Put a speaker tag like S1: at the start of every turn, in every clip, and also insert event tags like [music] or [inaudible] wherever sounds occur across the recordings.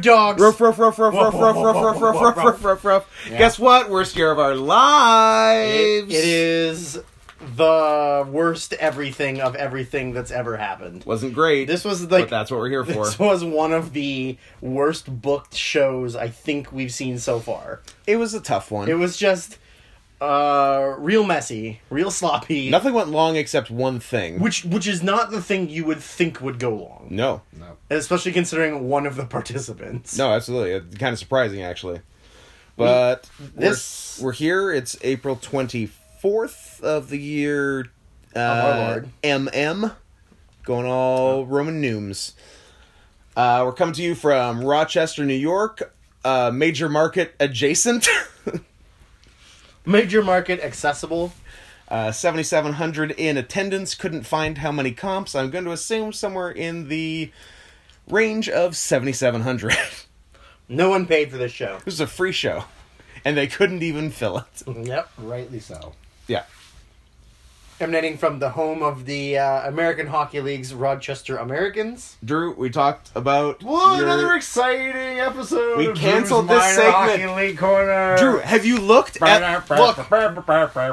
S1: dogs.
S2: Ruff, ruff, ruff, ruff, ruff, ruff, ruff, ruff, ruff, ruff, ruff, ruff, ruff. Guess what? Worst year of our
S3: It-
S2: lives.
S3: it is the worst everything of everything that's ever happened.
S2: Wasn't great.
S3: This was
S2: but
S3: like
S2: that's what we're here for.
S3: this was one of the worst booked shows I think we've seen so far.
S2: It was a tough one.
S3: It was just uh real messy, real sloppy.
S2: Nothing went long except one thing.
S3: Which which is not the thing you would think would go long,
S2: no,
S1: No.
S3: especially considering one of the [laughs] participants.
S2: no, absolutely. It's kind of surprising, actually. But
S3: this-
S2: we're, we're here. It's April 24th of the year uh,
S3: our Lord.
S2: MM. Going all Roman nooms. Uh, we're coming to you from Rochester, New York. Uh, major market adjacent. [laughs]
S3: Major market accessible.
S2: Uh, 7,700 in attendance. Couldn't find how many comps. I'm going to assume somewhere in the range of [laughs] 7,700. this
S3: No one paid for this show.
S2: is a free show, and they couldn't even fill it.
S3: Yep, rightly so.
S2: Yeah.
S3: Emanating from the home of the uh, American Hockey League's Rochester Americans.
S2: Drew, we talked about.
S1: Well,
S2: your-
S1: another exciting episode.
S2: We
S1: of
S2: canceled
S1: Drew's
S2: this
S1: Minor
S2: segment.
S1: Hockey League Corner.
S2: Drew, have you looked at. Look,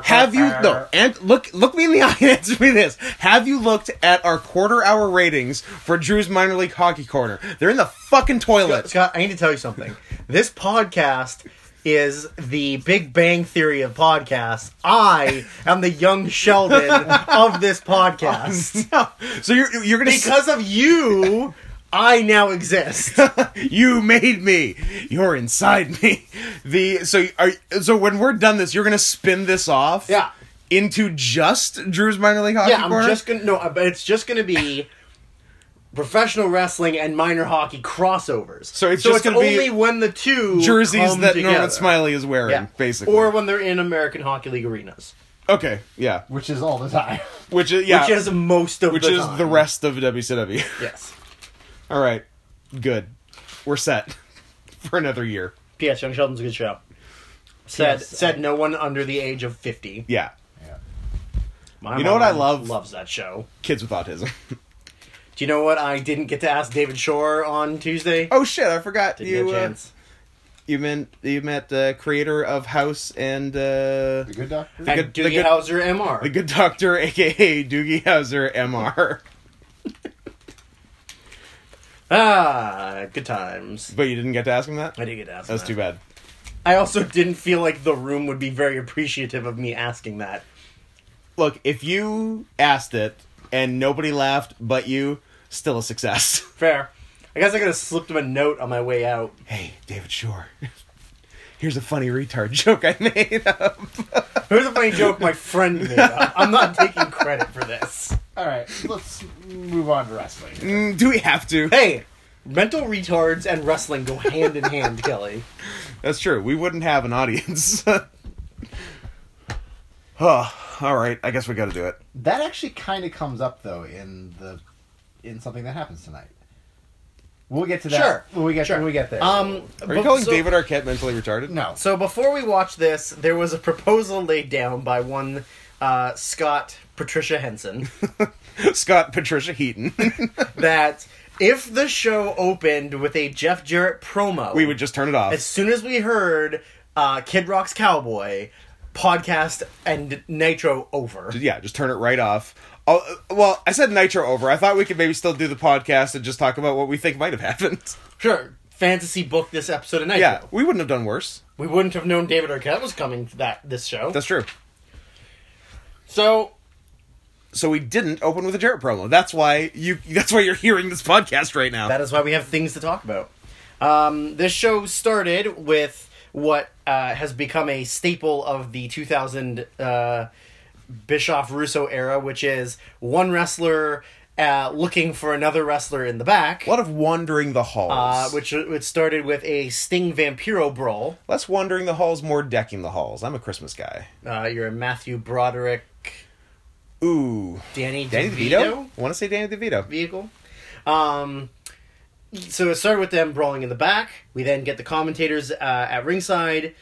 S2: have you. No, and look, look me in the [laughs] eye and answer me this. Have you looked at our quarter hour ratings for Drew's Minor League Hockey Corner? They're in the fucking toilet.
S3: Scott, I need to tell you something. This podcast is the Big Bang Theory of podcasts. I am the young Sheldon
S1: [laughs]
S3: of this podcast.
S2: No. So you're, you're going to.
S3: Because of you, I now exist.
S2: [laughs] you made me. You're inside me. The so are so when we're done this, you're gonna spin this off.
S3: Yeah.
S2: Into just Drew's minor league hockey
S3: Yeah, I'm
S2: corner?
S3: just gonna no, uh, but it's just gonna be professional wrestling and minor hockey crossovers.
S2: So it's just gonna be
S3: only when the two
S2: jerseys
S3: come
S2: that
S3: together.
S2: Norman Smiley is wearing,
S3: yeah.
S2: basically.
S3: or when they're in American Hockey League arenas,
S2: okay, yeah.
S1: Which is all the time.
S2: Which is yeah,
S3: which is most of
S2: which
S3: the
S2: is
S3: time.
S2: the rest of WCW.
S3: Yes.
S2: [laughs] All right, good. We're set [laughs] for another year.
S3: P.S. Young Sheldon's a good show. Said
S1: P.S.
S3: said no one under the age of fifty.
S2: Yeah,
S1: Yeah.
S3: My
S2: You know what
S3: mom
S2: I love?
S3: Loves that show.
S2: kids with autism. [laughs]
S3: Do you know what I didn't get to ask David Shore on Tuesday?
S2: oh shit, I forgot
S3: didn't
S2: you.
S3: get a
S2: uh,
S3: chance.
S2: you meant you met uh, creator of House and uh,
S1: The good doctor.
S3: and
S2: good- the
S3: Doogie
S2: good-
S3: Howser Mr.
S2: The Good Doctor, [laughs] aka Doogie Howser, MR.
S3: ah, good times.
S2: But you didn't get to ask him that?
S3: I did get to ask.
S2: That's
S3: that.
S2: too bad.
S3: I also didn't feel like the room would be very appreciative of me asking that.
S2: Look, if you asked it and nobody laughed but you, still a success. [laughs]
S3: Fair. I guess I could have slipped him a note on my way out.
S2: Hey, David Shore. [laughs] Here's a funny retard [laughs] joke I made up.
S3: Here's a funny joke my friend made up. I'm not taking credit for this.
S1: All right, let's move on to wrestling.
S2: Mm, do we have to?
S3: Hey, mental retards and wrestling go hand in [laughs] hand, Kelly.
S2: That's true. We wouldn't have an audience. [laughs] oh, all right. I guess we got to do it.
S1: That actually kind of comes up though in the in something that happens tonight. We'll get to that
S3: Sure.
S1: when we get
S3: Sure.
S1: when we get there.
S3: Um,
S2: Are you
S3: but-
S2: calling
S3: so-
S2: David Arquette mentally retarded?
S1: no,
S3: So before we watch this, there was a proposal laid down by one uh, Scott Patricia [laughs] Henson
S2: [laughs] Scott Patricia Heaton. [laughs]
S3: that if the show opened with a Jeff Jarrett promo,
S2: we would just turn it off.
S3: as soon as we heard uh, Kid Rock's Cowboy podcast and Nitro over.
S2: yeah, just turn it right off. Oh, uh, well, I said Nitro over. I thought we could maybe still do the podcast and just talk about what we think might have [laughs] happened.
S3: Sure, fantasy book this episode of Nitro.
S2: Yeah, we wouldn't have done worse.
S3: We wouldn't have known David Arquette was coming to that this show.
S2: That's true.
S3: so
S2: So we didn't open with a Jarrett promo. That's why you. That's why you're hearing this podcast right now.
S3: That is why we have things to talk about. Um, this show started with what uh, has become a staple of the 2000 uh, Bischoff Russo era, which is one wrestler uh, looking for another wrestler in the back.
S2: a lot of wandering the
S3: Uh,
S2: halls.
S3: which it started with a Sting Vampiro brawl.
S2: Less wandering the halls, more decking the halls. I'm a Christmas guy.
S3: Uh, you're a Matthew Broderick,
S2: Ooh,
S3: Danny,
S2: Danny DeVito. I want to say Danny DeVito.
S3: vehicle. Um, so it started with them brawling in the back. We then get the commentators uh, at ringside.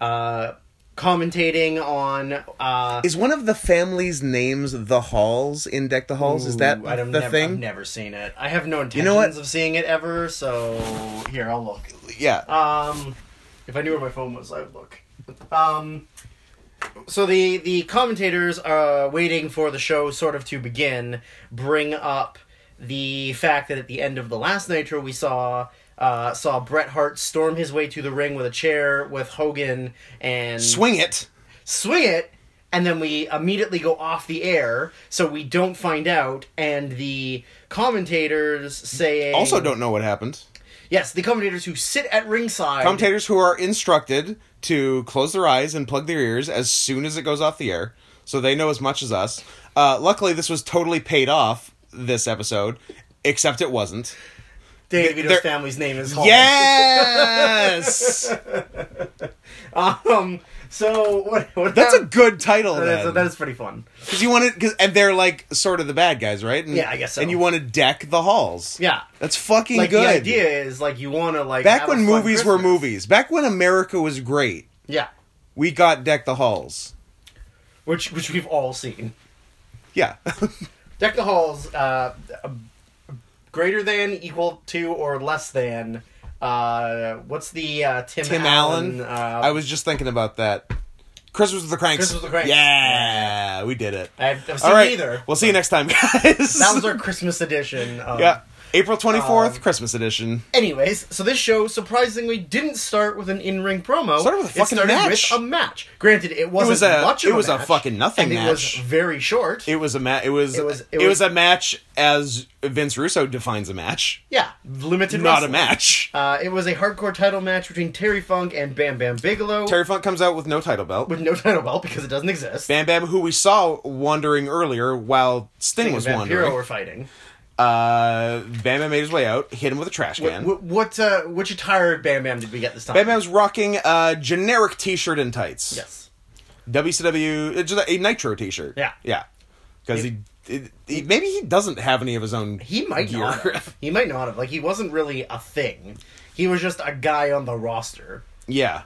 S3: Uh, commentating on. Uh,
S2: Is one of the family's names the Halls in Deck the Halls? Is that
S3: ooh, I don't
S2: the
S3: nev-
S2: thing?
S3: I've never seen it. I have no intentions
S2: know what?
S3: of seeing it ever. So here, I'll look.
S2: Yeah.
S3: Um, if I knew where my phone was, I would look. Um, so the the commentators are waiting for the show sort of to begin. Bring up the fact that at the end of the last Nitro, we saw. Uh, saw Bret Hart storm his way to the ring with a chair with Hogan and
S2: Swing it.
S3: swing it and then we immediately go off the air so we don't find out and the commentators saying
S2: Mm, Also, don't know what happened.
S3: yes the commentators who sit at ringside
S2: Commentators who are instructed to close their eyes and plug their ears as soon as it goes off the air, so they know as much as us. Uh, luckily, this was totally paid off this episode, except it wasn't.
S3: Danny
S2: they're-
S3: DeVito's family's name is Hall. [laughs]
S2: Yes,
S3: um so what, what
S2: that's a good title.
S3: that's,
S2: then.
S3: that is pretty fun
S2: Because you wanted, cause, and they're like sort of the bad guys, right? And,
S3: Yeah, I guess so.
S2: And you want to deck the halls.
S3: yeah
S2: that's fucking
S3: like
S2: good.
S3: the idea is like you want to like
S2: back
S3: have
S2: when
S3: a fun
S2: movies were
S3: Christmas.
S2: movies, back when America was great,
S3: yeah
S2: we got deck the halls.
S3: which which we've all seen
S2: Yeah, [laughs]
S3: Deck the Halls, uh, greater than, equal to, or less than. Uh, what's the uh, Tim,
S2: Tim
S3: Allen?
S2: Allen.
S3: Uh,
S2: I was just thinking about that. Christmas with the Cranks.
S3: Christmas with the Cranks.
S2: Yeah, we did it.
S3: I've, I've seen
S2: All right,
S3: either.
S2: we'll see you next time, [laughs] guys.
S3: That was our Christmas edition. Of,
S2: yeah. April twenty fourth,
S3: Um,
S2: Christmas edition.
S3: Anyways, so this show surprisingly didn't start with an in-ring promo.
S2: Started with a
S3: it
S2: fucking
S3: started
S2: match.
S3: with a match. Granted, it wasn't
S2: was a-
S3: much of
S2: it was a
S3: match,
S2: fucking nothing
S3: and It was
S2: match.
S3: very short.
S2: It was a ma- it was
S3: It was-
S2: it
S3: it was-
S2: was a match as Vince Russo defines a match.
S3: yeah, limited.
S2: Not a
S3: wrestling.
S2: match.
S3: Uh, it was a hardcore title match between Terry Funk and Bam Bam Bigelow
S2: Terry Funk comes out with no title belt.
S3: with no title belt because it doesn't exist.
S2: Bam Bam, who we saw wandering earlier while Sting was
S3: and Vampiro
S2: wandering,
S3: were fighting.
S2: uh, Bam Bam made his way out, hit him with a trash
S3: What
S2: can.
S3: what, what uh, which attire of Bam Bam did we get this time?
S2: Bam Bam's rocking a generic T-shirt and tights.
S3: Yes.
S2: WCW, uh, just a, a Nitro T-shirt.
S3: Yeah.
S2: yeah, because he, it- he- maybe he doesn't have any of his own.
S3: He might
S2: gear.
S3: not. Have. He might not have. Like he wasn't really a thing. He was just a guy on the roster.
S2: [laughs] yeah.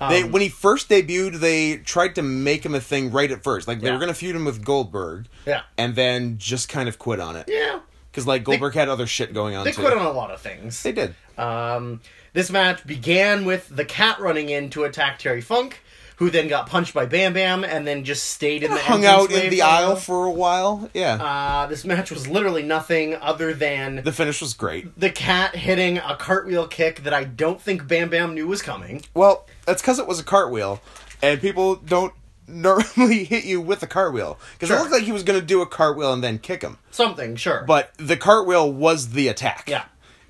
S2: They,
S3: Um,
S2: when he first debuted, they tried to make him a thing right at first. Like they
S3: Yeah.
S2: were gonna feud him with Goldberg,
S3: Yeah.
S2: and then just kind of quit on it
S3: Yeah.
S2: because like Goldberg had other shit going on.
S3: They
S2: too.
S3: quit on a lot of things.
S2: They did.
S3: Um, this match began with the cat running in to attack Terry Funk, who then got punched by Bam Bam and then just stayed in the
S2: hung
S3: entrance
S2: out in
S3: way
S2: the
S3: for a
S2: aisle
S3: while.
S2: for a while. Yeah.
S3: Uh, this match was literally nothing other than
S2: the finish was great.
S3: the cat hitting a cartwheel kick that I don't think Bam Bam knew was coming.
S2: Well, that's because it was a cartwheel, and people don't normally [laughs] hit you with a cartwheel. Because it
S3: Sure.
S2: looked like he was going to do a cartwheel and then kick him.
S3: Something, sure.
S2: But the cartwheel was the attack.
S3: Yeah.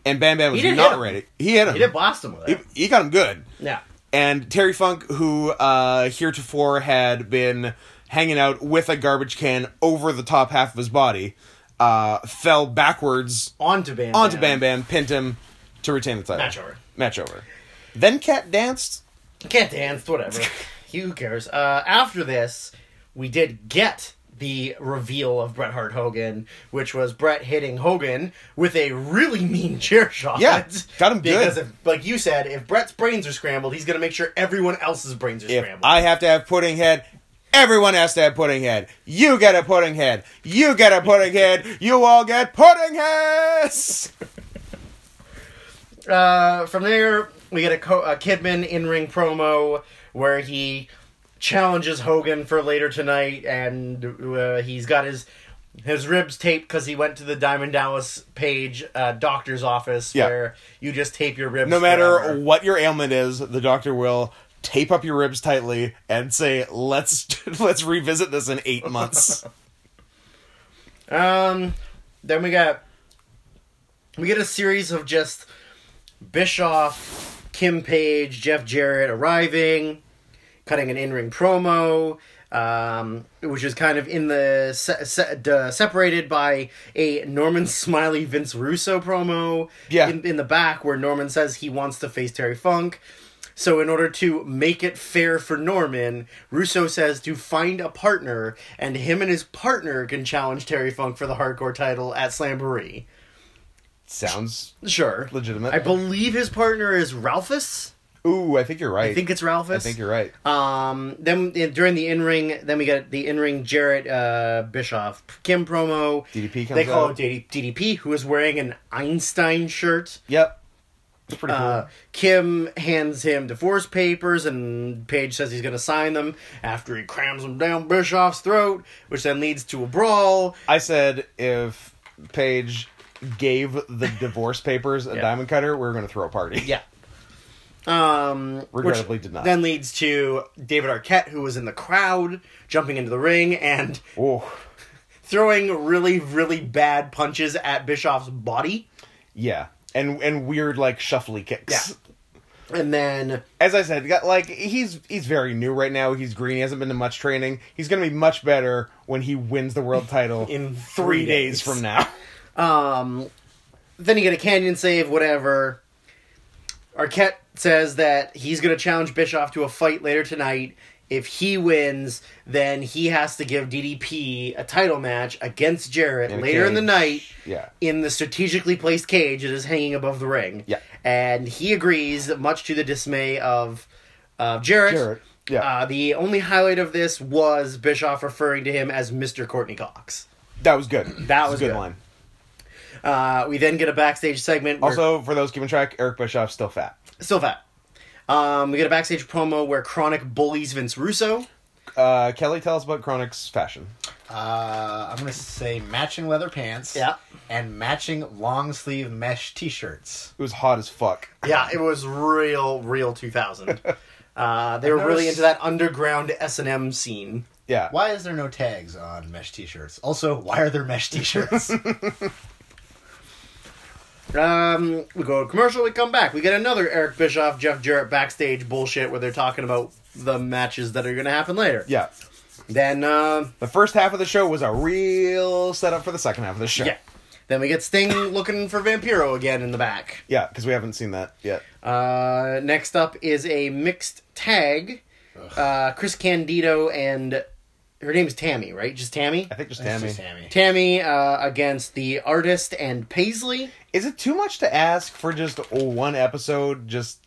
S2: And Bam Bam was
S3: didn't hit
S2: not
S3: him.
S2: ready. He hit him.
S3: He did blast him with
S2: He,
S3: it.
S2: he got him good.
S3: Yeah.
S2: And Terry Funk, who uh, heretofore had been hanging out with a garbage can over the top half of his body, uh, fell backwards
S3: Onto Bam.
S2: onto Bam Bam, pinned him to retain the title.
S3: Match over.
S2: Match over. Then Cat danced.
S3: Can't dance, whatever.
S2: [laughs]
S3: Who cares? Uh, after this, we did get the reveal of Bret Hart Hogan, which was Bret hitting Hogan with a really mean chair shot. [laughs]
S2: Yeah, got him good.
S3: Because, if, like you said, if Bret's brains are scrambled, he's going to make sure everyone else's brains are
S2: If
S3: scrambled.
S2: I have to have pudding head, everyone has to have pudding head. You get a pudding head. You get a pudding head. You all get pudding heads.
S3: uh, from there, we get a, co- a Kidman in ring promo where he challenges Hogan for later tonight, and uh, he's got his his ribs taped because he went to the Diamond Dallas Page uh, doctor's office
S2: Yeah.
S3: where you just tape your ribs.
S2: No matter
S3: forever.
S2: what your ailment is, the doctor will tape up your ribs tightly and say, "Let's [laughs] let's revisit this in
S3: [laughs]
S2: eight months."
S3: Um, then we got we get a series of just Bischoff, Kim Page, Jeff Jarrett arriving, cutting an in-ring promo, um, which is kind of in the se- se- uh, separated by a Norman [laughs] Smiley Vince Russo promo.
S2: Yeah.
S3: in, in the back where Norman says he wants to face Terry Funk. So in order to make it fair for Norman, Russo says to find a partner, and him and his partner can challenge Terry Funk for the hardcore title at Slamboree.
S2: Sounds
S3: Sure.
S2: legitimate.
S3: I believe his partner is Ralphus.
S2: Ooh, I think you're right.
S3: I think it's Ralphus.
S2: I think you're right.
S3: Um, then eh, during the in ring, then we got the in ring Jarrett uh, Bischoff Kim promo.
S2: DDP comes
S3: They call
S2: out.
S3: it DD- DDP, who is wearing an Einstein shirt.
S2: Yep. It's pretty cool.
S3: Uh, Kim hands him divorce papers, and Paige says he's going to sign them after he crams them down Bischoff's throat, which then leads to a brawl.
S2: I said if Paige gave the divorce papers a diamond cutter, we were going to throw a party.
S3: Yeah. Um, which
S2: [laughs] Regrettably did not.
S3: Then leads to David Arquette, who was in the crowd, jumping into the ring and
S2: Ooh.
S3: throwing really, really bad punches at Bischoff's body.
S2: Yeah. And and weird like shuffly kicks.
S3: Yeah. And then,
S2: As I said, got like he's he's very new right now. He's green. He hasn't been to much training. He's going to be much better when he wins the world [laughs] title
S3: In
S2: three
S3: three
S2: days
S3: days.
S2: from now.
S3: um, then you get a canyon save, whatever. Arquette says that he's going to challenge Bischoff to a fight later tonight. If he wins, then he has to give DDP a title match against Jarrett
S2: a
S3: later in the
S2: cage.
S3: night.
S2: Yeah.
S3: in the strategically placed cage that is hanging above the ring.
S2: Yeah.
S3: And he agrees, much to the dismay of uh, Jarrett.
S2: Jarrett, yeah.
S3: Uh, the only highlight of this was Bischoff referring to him as Mr. Courtney Cox.
S2: That was good. That
S3: was
S2: a good
S3: good.
S2: line.
S3: Uh, we then get a backstage segment. Where,
S2: Also, for those keeping track, Eric Bischoff's still fat.
S3: still fat. Um, we get a backstage promo where Chronic bullies Vince Russo.
S2: Uh, Kelly, tell us about Chronic's fashion.
S1: Uh, I'm gonna say matching leather pants.
S3: Yeah.
S1: And matching long sleeve mesh T-shirts.
S2: It was hot as fuck.
S3: Yeah, it was real, real 2000. Uh, they were
S1: noticed-
S3: really into that underground S and M scene.
S2: Yeah.
S1: Why is there no tags on mesh T-shirts? Also, why are there mesh T-shirts?
S3: [laughs] Um, we go to commercial, we come back. We get another Eric Bischoff, Jeff Jarrett backstage bullshit where they're talking about the matches that are going to happen later.
S2: Yeah.
S3: Then, uh,
S2: The first half of the show was a real setup for the second half of the show.
S3: yeah. Then we get Sting looking for Vampiro again in the back.
S2: Yeah, because we haven't seen that yet.
S3: Uh, next up is a mixed tag. Uh, Chris Candido and her name's Tammy, right? Just Tammy?
S2: I think just
S1: It's
S2: Tammy.
S1: just Tammy.
S3: Tammy uh, against the artist and Paisley.
S2: Is it too much to ask for just one episode? Just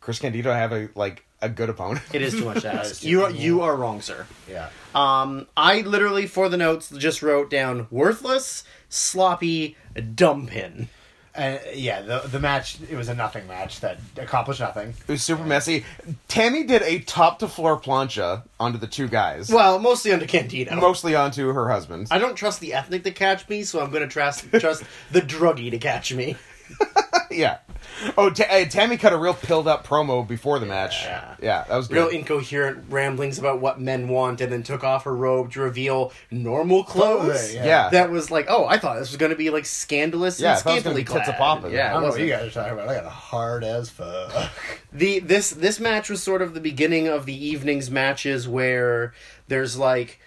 S2: Chris Candido have a like a good opponent.
S3: It is too much [laughs] to
S1: is
S3: ask.
S1: too
S3: you, are, you are wrong, sir.
S1: Yeah.
S3: Um, I literally for the notes just wrote down worthless, sloppy, dumb pin.
S1: And yeah, the the match it was a nothing match that accomplished nothing.
S2: It was super messy. Tammy did a top to floor plancha onto the two guys,
S3: Well, mostly under Candido.
S2: mostly onto her husband.
S3: I don't trust the ethnic to catch me, so I'm gonna trust trust the druggie to catch me.
S2: yeah. Oh, Ta- uh, Tammy cut a real pilled up promo before the match.
S3: Yeah.
S2: Yeah, that was good.
S3: Real incoherent ramblings about what men want, and then took off her robe to reveal normal clothes.
S1: Yeah.
S2: yeah.
S3: That was like, oh, I thought this was gonna be like scandalous
S2: Yeah, I
S3: and
S2: thought it was gonna
S3: scantily
S2: be
S3: clad.
S2: tits a-poppin'.
S1: I
S3: Yeah, it
S1: don't know what
S3: wasn't.
S1: you guys are talking about. I got hard as fuck.
S3: the this this match was sort of the beginning of the evening's matches where there's like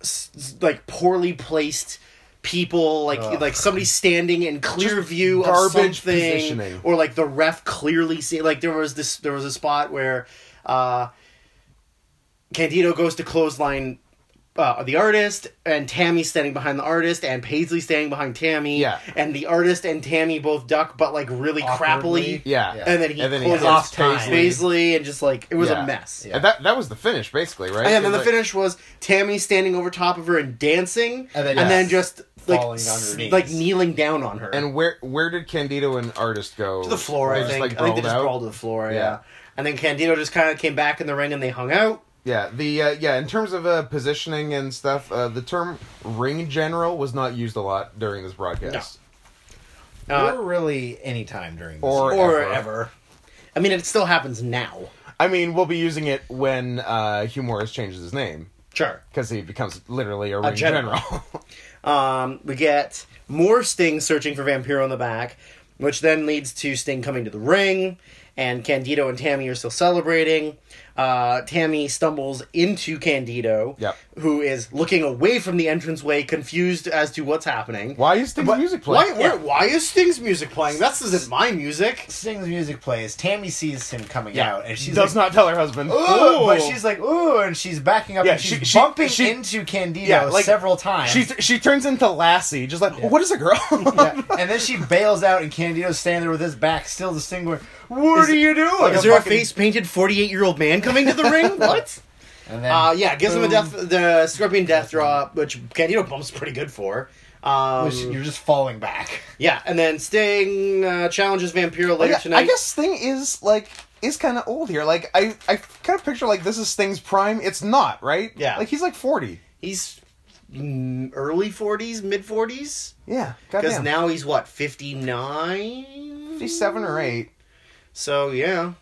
S3: s- s- like poorly placed people like like somebody standing in clear view of
S2: garbage
S3: something
S2: positioning.
S3: or like the ref clearly see like there was this there was a spot where uh Candido goes to clothesline uh, the artist and Tammy's standing behind the artist and Paisley standing behind Tammy
S2: Yeah.
S3: and the artist and Tammy both duck but like really
S1: Awkwardly.
S3: crappily
S2: yeah.
S1: Yeah.
S3: and then he
S2: And then he
S3: closed
S2: hits
S3: off
S1: Paisley.
S3: Paisley. and just like it was
S2: Yeah.
S3: a mess.
S2: And that that was the finish, basically, right?
S3: And then the
S2: Like-
S3: finish was Tammy standing over top of her and dancing,
S1: And
S3: and
S1: then
S3: then,
S1: just
S3: just like
S1: falling on her
S3: s-
S1: knees.
S3: like kneeling down on her
S2: And where where did Candido and Artist go?
S3: to the floor.
S2: They
S3: I
S2: just,
S3: think
S2: like,
S3: I think they
S2: brawled
S3: just
S2: out?
S3: crawled to the floor. Yeah.
S2: Yeah.
S3: And then Candido just kind of came back in the ring and they hung out.
S2: Yeah, the uh, yeah. In terms of uh, positioning and stuff, uh, the term ring general was not used a lot during this broadcast.
S3: Uh,
S1: or really any time during this
S2: Or-
S1: year.
S3: or
S2: ever.
S3: ever. I mean, it still happens now.
S2: I mean, we'll be using it when uh, Hugh Morris changes his name
S3: Sure.
S2: because he becomes literally a ring general.
S3: general.
S2: [laughs]
S3: Um, we get more Sting searching for Vampiro in the back, which then leads to Sting coming to the ring, and Candido and Tammy are still celebrating. Uh, Tammy stumbles into Candido,
S2: Yep.
S3: who is looking away from the entranceway, confused as to what's happening.
S2: Why is Sting's music
S3: Why,
S2: playing?
S3: where- why is Sting's music playing? This isn't my music.
S1: Sting's music plays. Tammy sees him coming
S3: Yeah.
S1: out, and she's
S2: Does
S1: like,
S2: not tell her husband.
S1: "Ooh,"
S2: Ooh.
S1: but she's like, ooh, and she's backing up,
S2: Yeah,
S1: and she's
S2: she- she-
S1: bumping
S2: she-
S1: into Candido
S2: Yeah, like-
S1: several times.
S2: she she turns into Lassie, just like [laughs] what is a girl?
S1: Yeah, and then she bails out, and Candido's standing there with his back still to Sting, going, "What
S2: what are you doing?
S3: Like, is there a face painted 48 year old man coming to the
S2: [laughs]
S3: ring? What?
S1: And then
S3: Uh, yeah, gives him a
S1: boom,
S3: death, the Scorpion Death Drop, which Candido Pump's pretty good for. Um,
S1: which You're just falling back.
S3: yeah, and then Sting uh, challenges Vampiro later
S2: Oh, Yeah,
S3: tonight.
S2: I guess Sting is like is kind of old here. Like I, I kind of picture like this is Sting's prime. It's not right.
S3: Yeah.
S2: like he's like forty.
S3: he's mm, early 40s, mid 40s.
S2: Yeah,
S3: Because
S2: goddamn.
S3: now he's what, 59?
S2: fifty-seven or eight.
S3: So, yeah.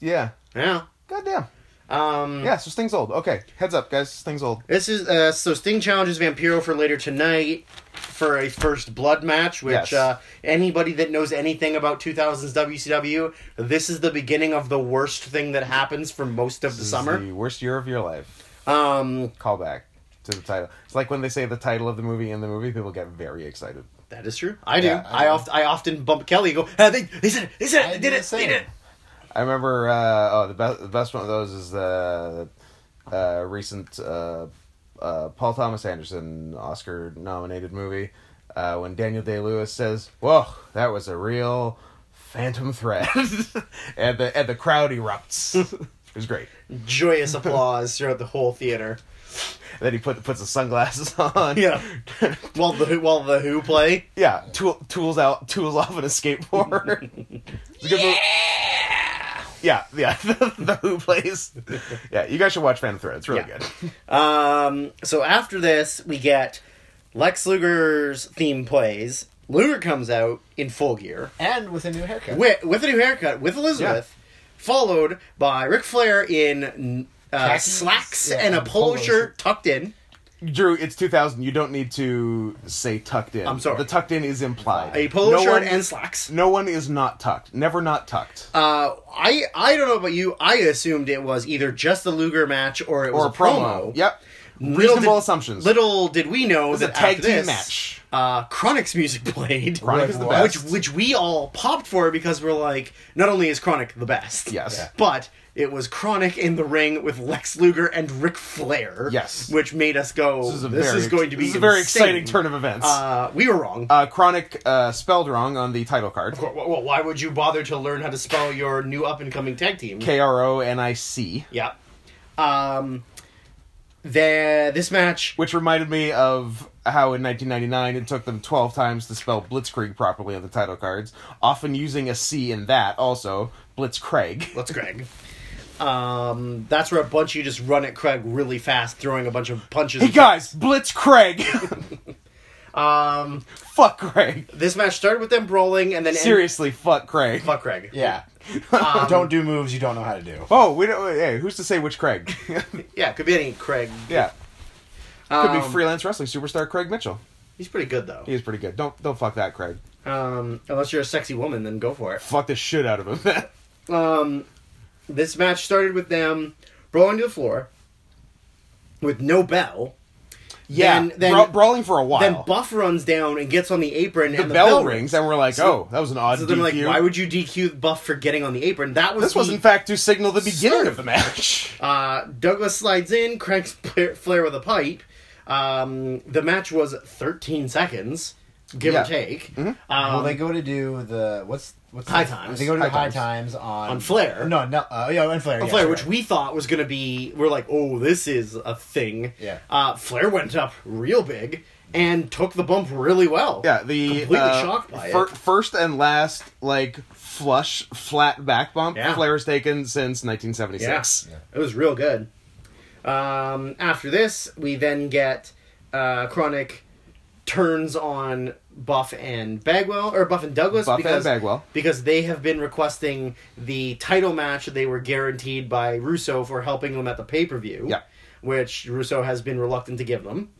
S2: Yeah,
S3: Yeah.
S2: goddamn.
S3: Um,
S2: Yeah, so Sting's old. Okay, heads up, guys. Sting's old.
S3: This is uh, so Sting challenges Vampiro for later tonight for a first blood match. Which
S2: Yes.
S3: uh, anybody that knows anything about 2000s WCW, this is the beginning of the worst thing that happens for most of the
S2: This is
S3: summer.
S2: the worst year of your life.
S3: Um,
S2: Callback to the title. It's like when they say the title of the movie in the movie, people get very excited.
S3: that is true. I do.
S1: Yeah, I
S3: I,
S1: know.
S3: oft, I often bump Kelly. And go. "Ah, they, they said it. They said it.
S1: I
S3: They
S1: do
S3: did
S1: the
S3: it. They
S1: same.
S3: did it.
S2: I remember. Uh, oh, the best the best one of those is the uh, recent uh, uh, Paul Thomas Anderson Oscar nominated movie uh, when Daniel Day Lewis says, "Whoa, that was a real phantom threat,"
S3: [laughs]
S2: and the and the crowd erupts. It was great.
S3: Joyous applause throughout the whole theater.
S2: And then he put puts his sunglasses [laughs] on.
S3: Yeah. while the Who- while the Who play.
S2: yeah. Tool, tools out, tools off on a
S3: [laughs]
S2: skateboard. It's a good yeah! yeah, yeah. [laughs] The, Who plays. Yeah, you guys should watch Phantom Thread. It's really
S3: Yeah.
S2: good.
S3: Um, so after this, we get Lex Luger's theme plays. Luger comes out in full gear
S1: And with a new haircut.
S3: with, with a new haircut with Elizabeth, followed by Ric Flair in uh,
S1: Khakis?
S3: slacks
S1: Yeah,
S3: and a polo shirt tucked in.
S2: Drew, it's 2000. You don't need to say tucked in.
S3: I'm sorry.
S2: The tucked in is implied.
S3: A polo
S2: No
S3: shirt
S2: one-
S3: and slacks.
S2: No one is not tucked. Never not tucked.
S3: Uh, I I don't know about you. I assumed it was either just the Luger match or it was
S2: or a promo. Yep.
S3: Little
S2: Reasonable
S3: did-
S2: assumptions.
S3: Little did we know
S2: It's a
S3: that
S2: tag
S3: after
S2: team
S3: this,
S2: match.
S3: uh, Chronic's music [laughs] played.
S2: Chronic is the
S1: Right.
S2: best.
S3: which which we all popped for because we're like, not only is Chronic the best,
S2: Yes. Yeah.
S3: but it was Chronic in the ring with Lex Luger and Ric Flair,
S2: Yes.
S3: which made us go, this is,
S2: this is, a very ex-
S3: going to be
S2: this is a very
S3: insane.
S2: exciting turn of events. Uh,
S3: Uh, we were wrong.
S2: chronic uh, spelled wrong on the title card.
S3: well, well, why would you bother to learn how to spell your new up and coming tag team?
S2: K R O N I C,
S3: yeah. Um, the this match,
S2: which reminded me of how in 1999 it took them 12 times to spell Blitzkrieg properly on the title cards, often using a C in that also. Blitzkrieg. [laughs]
S3: let's Greg. Um, that's where a bunch of you just run at Craig really fast, throwing a bunch of punches.
S2: Hey
S3: and
S2: guys, Blitzkrieg! [laughs]
S3: Um,
S2: fuck Craig.
S3: this match started with them brawling and then ended-
S2: Seriously, fuck Craig.
S3: Fuck Craig.
S1: Yeah. don't do moves you don't know how to do.
S2: Oh, we don't. Hey, who's to say
S3: [laughs]
S2: which Craig?
S3: Yeah, could be any Craig.
S2: yeah, could
S3: Um,
S2: be freelance wrestling superstar Craig Mitchell.
S3: He's pretty good though.
S2: He is pretty good. Don't don't fuck that Craig.
S3: Um, unless you're a sexy woman, then go for it.
S2: Fuck the shit out of him. [laughs]
S3: Um, this match started with them brawling to the floor with no bell.
S2: yeah,
S3: Then- then-
S2: bra- brawling for a while.
S3: Then Buff runs down and gets on the apron,
S2: the,
S3: and the
S2: bell, rings, and we're like,
S3: So-
S2: oh, that was an odd
S3: So
S2: DQ.
S3: they're like, why would you DQ Buff for getting on the apron? That was
S2: this was
S3: the-
S2: in fact to signal the beginning
S3: Start.
S2: of the match.
S3: [laughs] Uh, Douglas slides in, cranks [laughs] Pla- Flair with a pipe. Um, the match was 13 seconds, give
S2: Yeah.
S3: or take.
S1: Mm-hmm. well,
S3: Um,
S1: they go to do the what's what's
S3: High
S1: the-
S3: Times.
S1: They go to
S2: High
S1: do high
S2: Times.
S1: times, on
S3: On Flair.
S1: No, no, uh, yeah, on Flair. yeah,
S3: Flair,
S1: sure.
S3: which we thought was going to be, we're like, oh, this is a thing.
S1: Yeah.
S3: Uh, Flair went up real big and took the bump really well.
S2: Yeah, the
S3: completely
S2: uh,
S3: shocked by
S2: fir-
S3: it.
S2: first and last like flush flat back bump
S3: Yeah.
S2: Flair's taken since 1976.
S3: Yeah. It was real good. Um, after this, we then get uh, Chronic turns on Buff and Bagwell or Buff and Douglas
S2: Buff and
S3: because
S2: Bagwell.
S3: because they have been requesting the title match that they were guaranteed by Russo for helping them at the pay per view.
S2: Yeah.
S3: Which Russo has been reluctant to give them.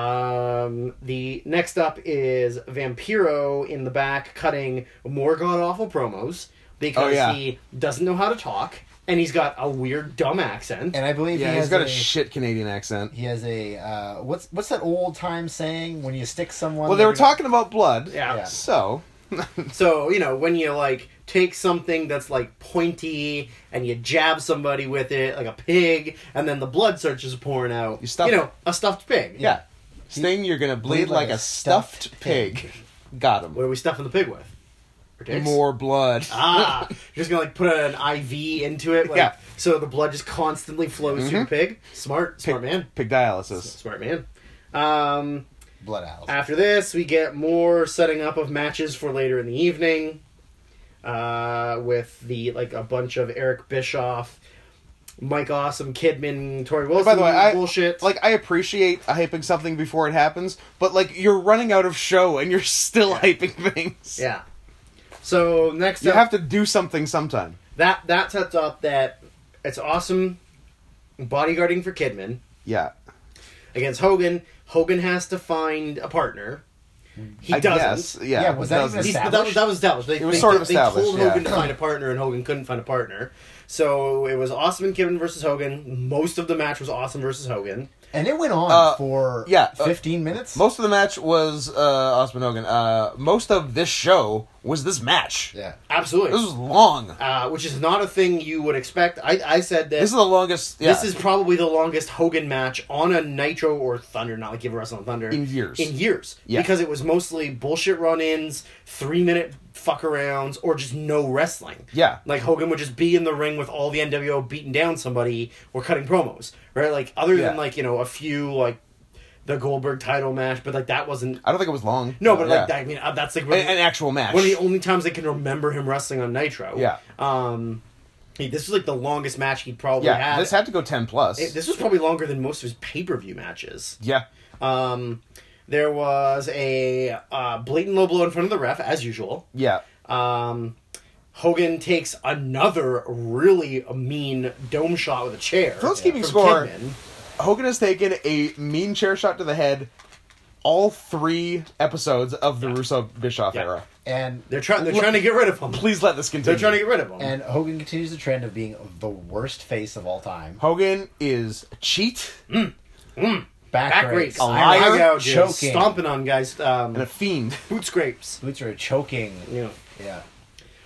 S3: Um, the next up is Vampiro in the back cutting more god awful promos because
S2: Oh, yeah.
S3: he doesn't know how to talk and he's got a weird dumb accent.
S1: and I believe
S2: Yeah,
S1: he
S2: he's
S1: has
S2: got a
S1: a
S2: shit Canadian accent.
S1: he has a uh, what's what's that old time saying when you stick someone?
S2: Well, they were
S1: they're gonna-
S2: talking about blood.
S3: yeah.
S1: Yeah.
S2: So
S3: So, you know, when you like take something that's like pointy and you jab somebody with it like a pig and then the blood starts just pouring out.
S2: You stuff
S3: you know,
S2: it.
S3: a stuffed pig.
S2: yeah, Sting, you're gonna bleed, like, a stuffed pig. Got him.
S3: What are we stuffing the pig with? Or dicks?
S2: more blood.
S3: Ah, [laughs] you're just gonna like put an IV into it, like,
S2: Yeah. Mm-hmm.
S3: so the blood just constantly flows through the pig. Smart, smart man,
S2: Pig dialysis.
S3: smart man. Um,
S1: Blood owls.
S3: after this, we get more setting up of matches for later in the evening, uh, with the like a bunch of Eric Bischoff, Mike Awesome, Kidman, Tori Wilson.
S2: By the way, I
S3: bullshit.
S2: like I appreciate hyping something before it happens, but like you're running out of show and you're still hyping things.
S3: yeah. So next
S2: You
S3: up,
S2: have to do something sometime.
S3: that that sets up that it's awesome bodyguarding for Kidman.
S2: Yeah.
S3: against Hogan. Hogan has to find a partner. He
S2: I
S3: doesn't.
S2: guess. Yeah.
S1: Yeah, was that even
S2: doesn't.
S3: He's- that,
S1: Established?
S3: that was established. They, it
S2: was sort of
S3: They
S2: established,
S3: told
S2: yeah.
S3: Hogan to find a partner, and Hogan couldn't find a partner. So it was Awesome and Kevin versus Hogan. Most of the match was Awesome versus Hogan.
S1: and it went on
S2: Uh,
S1: for
S2: yeah, uh,
S1: 15 minutes?
S2: Most of the match was uh, Osman Hogan. Uh, most of this show was this match.
S1: yeah.
S2: This
S3: Absolutely,
S2: was long.
S3: uh, which is not a thing you would expect. I, I said that
S2: This is the longest. Yeah.
S3: This is probably the longest Hogan match on a Nitro or Thunder, not like give a wrestle on Thunder
S2: In years.
S3: In years,
S2: Yeah.
S3: because it was mostly bullshit run-ins, three-minute fuck-arounds, or just no wrestling.
S2: Yeah.
S3: like Hogan would just be in the ring with all the NWO beating down somebody or cutting promos, right? Like other than
S2: Yeah.
S3: like you know a few like the Goldberg title match, but like that wasn't.
S2: I don't think it was long.
S3: No, but like
S2: yeah.
S3: I mean uh, that's like
S2: An, an actual match.
S3: one of the only times I can remember him wrestling on Nitro.
S2: Yeah.
S3: Um, he- this was like the longest match he'd probably
S2: yeah.
S3: had.
S2: This had to go ten plus.
S3: It- this was probably longer than most of his pay per view matches.
S2: yeah.
S3: Um, there was a uh, blatant low blow in front of the ref, as usual.
S2: Yeah.
S3: Um, Hogan takes another really mean dome shot with a chair.
S2: For those keeping
S3: from
S2: score-
S3: Kidman.
S2: Hogan has taken a mean chair shot to the head all three episodes of the Russo Bischoff
S3: Yeah.
S2: era.
S1: And
S3: They're trying. They're trying to get rid of him.
S2: Please let this continue.
S3: They're trying to get rid of him.
S1: and Hogan continues the trend of being the worst face of all time.
S2: Hogan is cheat
S3: Mm.
S1: Back,
S3: Back
S1: rakes,
S3: rakes,
S2: A
S1: eye
S2: liar,
S1: rakes,
S3: eye gouges,
S1: choking,
S3: stomping on guys, um,
S2: and
S3: [laughs]
S2: a fiend.
S3: boot scrapes.
S1: boots are choking.
S3: You know.
S1: Yeah.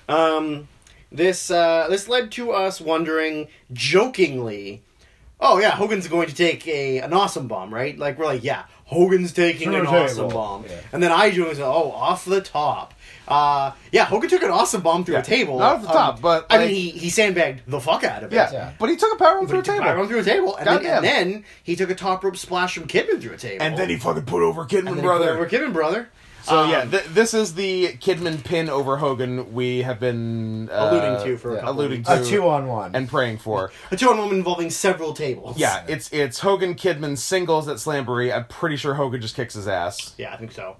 S3: Um, this uh, this led to us wondering, jokingly, oh yeah, Hogan's going to take a an awesome bomb, right? Like we're like, yeah, Hogan's taking
S1: Through
S3: an
S1: the table.
S3: awesome bomb,
S1: Yeah.
S3: and then I joined. Oh, off the top. Uh, yeah, Hogan took an awesome bomb through
S2: Yeah,
S3: a table. Um,
S2: not off the top, but,
S3: I
S2: like-
S3: mean, he, he sandbagged the fuck out of it.
S2: Yeah.
S1: Yeah.
S2: But he took a power through a
S3: But he took
S2: table.
S3: a powerbomb through a table, and then,
S2: Goddamn.
S3: and then he took a top rope splash from Kidman through a table,
S2: and then he fucking put over Kidman,
S3: And then he put
S2: brother.
S3: over Kidman brother.
S2: So
S3: Um,
S2: yeah, th- this is the Kidman pin over Hogan we have been uh,
S3: Alluding to for a couple
S2: alluding
S3: weeks.
S2: to
S1: A two on one.
S2: and praying for.
S3: a two on one involving several tables.
S2: Yeah, it's it's Hogan Kidman singles at Slamboree. I'm pretty sure Hogan just kicks his ass.
S3: yeah, I think so.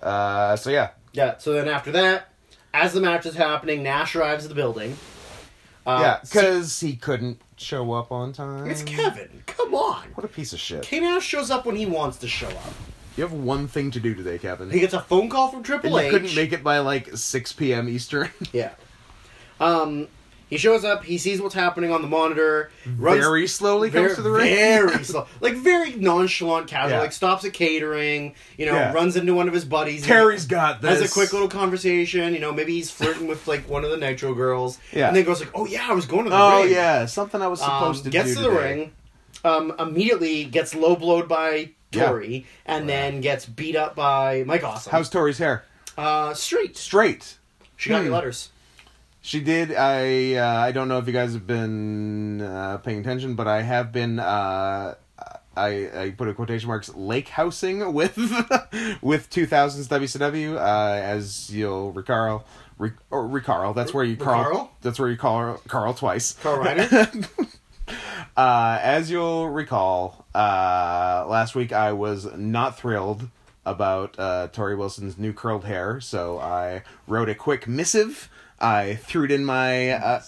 S2: Uh, so yeah,
S3: Yeah. So then after that, as the match is happening, Nash arrives at the building.
S2: yeah,
S3: Uh,
S2: because he couldn't show up on time.
S3: It's Kevin. Come on.
S2: What a piece of shit!
S3: K Nash shows up when he wants to show up.
S2: You have one thing to do today, Kevin.
S3: He gets a phone call from
S2: and
S3: Triple
S2: you
S3: H.
S2: couldn't make it by like 6 p.m. Eastern. [laughs]
S3: yeah. Um, he shows up. He sees what's happening on the monitor. Runs
S2: very slowly
S3: very,
S2: comes to the ring. [laughs]
S3: very slow, like very nonchalant, casual.
S2: Yeah.
S3: Like stops at catering. You know,
S2: Yeah.
S3: runs into one of his buddies.
S2: Terry's got this.
S3: has a quick little conversation. You know, maybe he's flirting with like one of the Nitro girls.
S2: Yeah.
S3: And then goes like, "Oh yeah, I was going to the
S2: Oh
S3: ring."
S2: yeah, something I was supposed
S3: um,
S2: to
S3: gets
S2: do
S3: to the
S2: today.
S3: ring, um, immediately gets low blowed by
S2: Yeah.
S3: Tori, and then gets beat up by Mike Awesome.
S2: How's Tori's hair?
S3: uh, straight?
S2: Straight.
S3: She got
S2: Hmm.
S3: your letters.
S2: She did. I uh, I don't know if you guys have been uh, paying attention, but I have been. Uh, I, I put in quotation marks lake housing with [laughs] with two thousands WCW uh, as you'll recall. Re, or recarl. That's where you Carl.
S3: Recarl?
S2: That's where you call Carl twice.
S3: Carl
S2: [laughs]
S3: Reiner.
S2: Uh, as you'll recall, uh, last week I was not thrilled about uh, Tori Wilson's new curled hair, so I wrote a quick missive. I threw it in my uh,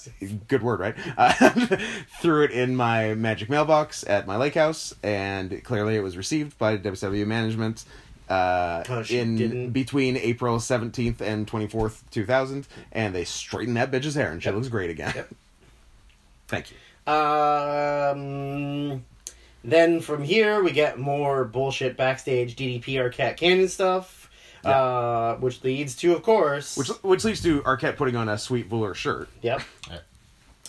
S2: good word, right? Uh, [laughs] threw it in my magic mailbox at my lake house, and clearly it was received by WW management uh,
S3: Oh, she
S2: in
S3: didn't.
S2: between April seventeenth and twenty fourth, two thousand, and they straightened that bitch's hair, and she looks great again.
S3: Yep.
S2: [laughs] Thank you.
S3: um, then from here we get more bullshit backstage DDP Arquette Cannon stuff, uh, which leads to, of course,
S2: Which which leads to Arquette putting on a sweet velour shirt.
S3: yep.
S1: Yeah.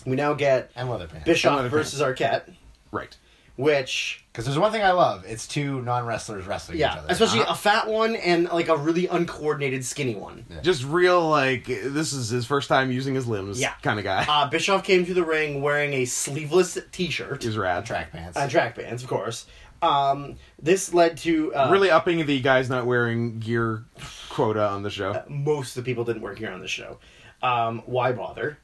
S3: We now get
S1: And leather pants.
S3: Bischoff
S2: Another
S3: versus Arquette.
S2: Right.
S3: which
S1: Because there's one thing I love. It's two non wrestlers wrestling each
S3: yeah,
S1: other.
S3: especially
S1: Uh-huh.
S3: a fat one and like a really uncoordinated skinny one.
S2: Just real like this is his first time using his limbs.
S3: Yeah.
S2: kind of guy.
S3: Uh, Bischoff came to the ring wearing a sleeveless T-shirt,
S2: He's rad.
S1: track pants.
S3: uh, track pants, of course. Um, this led to uh,
S2: Really upping the guys not wearing gear quota on the show.
S3: Uh, most of the people didn't work here on the show. Um, why bother?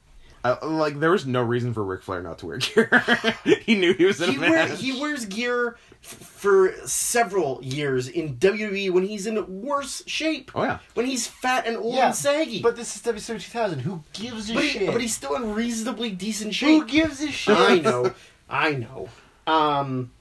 S2: Uh, like there was no reason for Ric Flair not to wear gear. [laughs] he knew he was in
S3: He,
S2: a
S3: wear,
S2: match.
S3: he wears gear f- for several years in WWE when he's in worse shape.
S2: Oh, yeah.
S3: When he's fat and old
S1: yeah,
S3: and saggy.
S1: But this is WCW 2000. Who gives a
S3: but, he,
S1: shit?
S3: but he's still in reasonably decent
S1: Who
S3: shape.
S1: gives a shit?
S3: I know. I know. Um,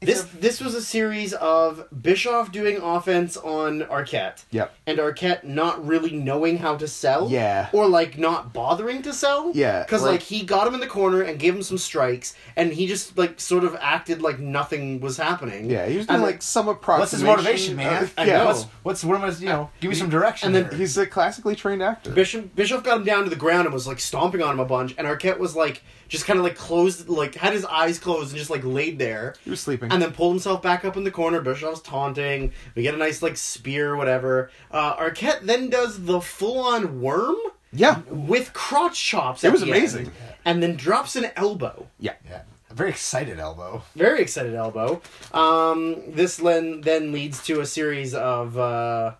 S3: this
S1: It's
S3: this was a series of Bischoff doing offense on Arquette.
S2: Yep.
S3: And Arquette not really knowing how to sell.
S2: Yeah.
S3: Or like not bothering to sell.
S2: Yeah,
S3: Because
S2: like-
S3: like, he got him in the corner and gave him some strikes, and he just like sort of acted like nothing was happening.
S2: yeah, he was doing
S3: and,
S2: like some
S1: What's his
S2: approximation.
S1: motivation, man?
S2: of-
S3: I
S2: yeah,
S3: know.
S1: What's, what's what am I? You know, give me some direction.
S3: and then
S1: here.
S2: he's a classically trained actor.
S3: Bishop Bishop got him down to the ground and was like stomping on him a bunch, and Arquette was like just kind of like closed, like had his eyes closed and just like laid there.
S2: He was sleeping.
S3: and then pulled himself back up in the corner. Bischoff's taunting. We get a nice like spear, whatever. Uh, Arquette then does the full on worm
S2: yeah,
S3: with crotch chops.
S2: It
S3: at
S2: was
S3: the
S2: amazing.
S3: end, and then drops an elbow.
S2: yeah.
S1: yeah, a very excited elbow.
S3: Very excited elbow. Um, this then then leads to a series of uh,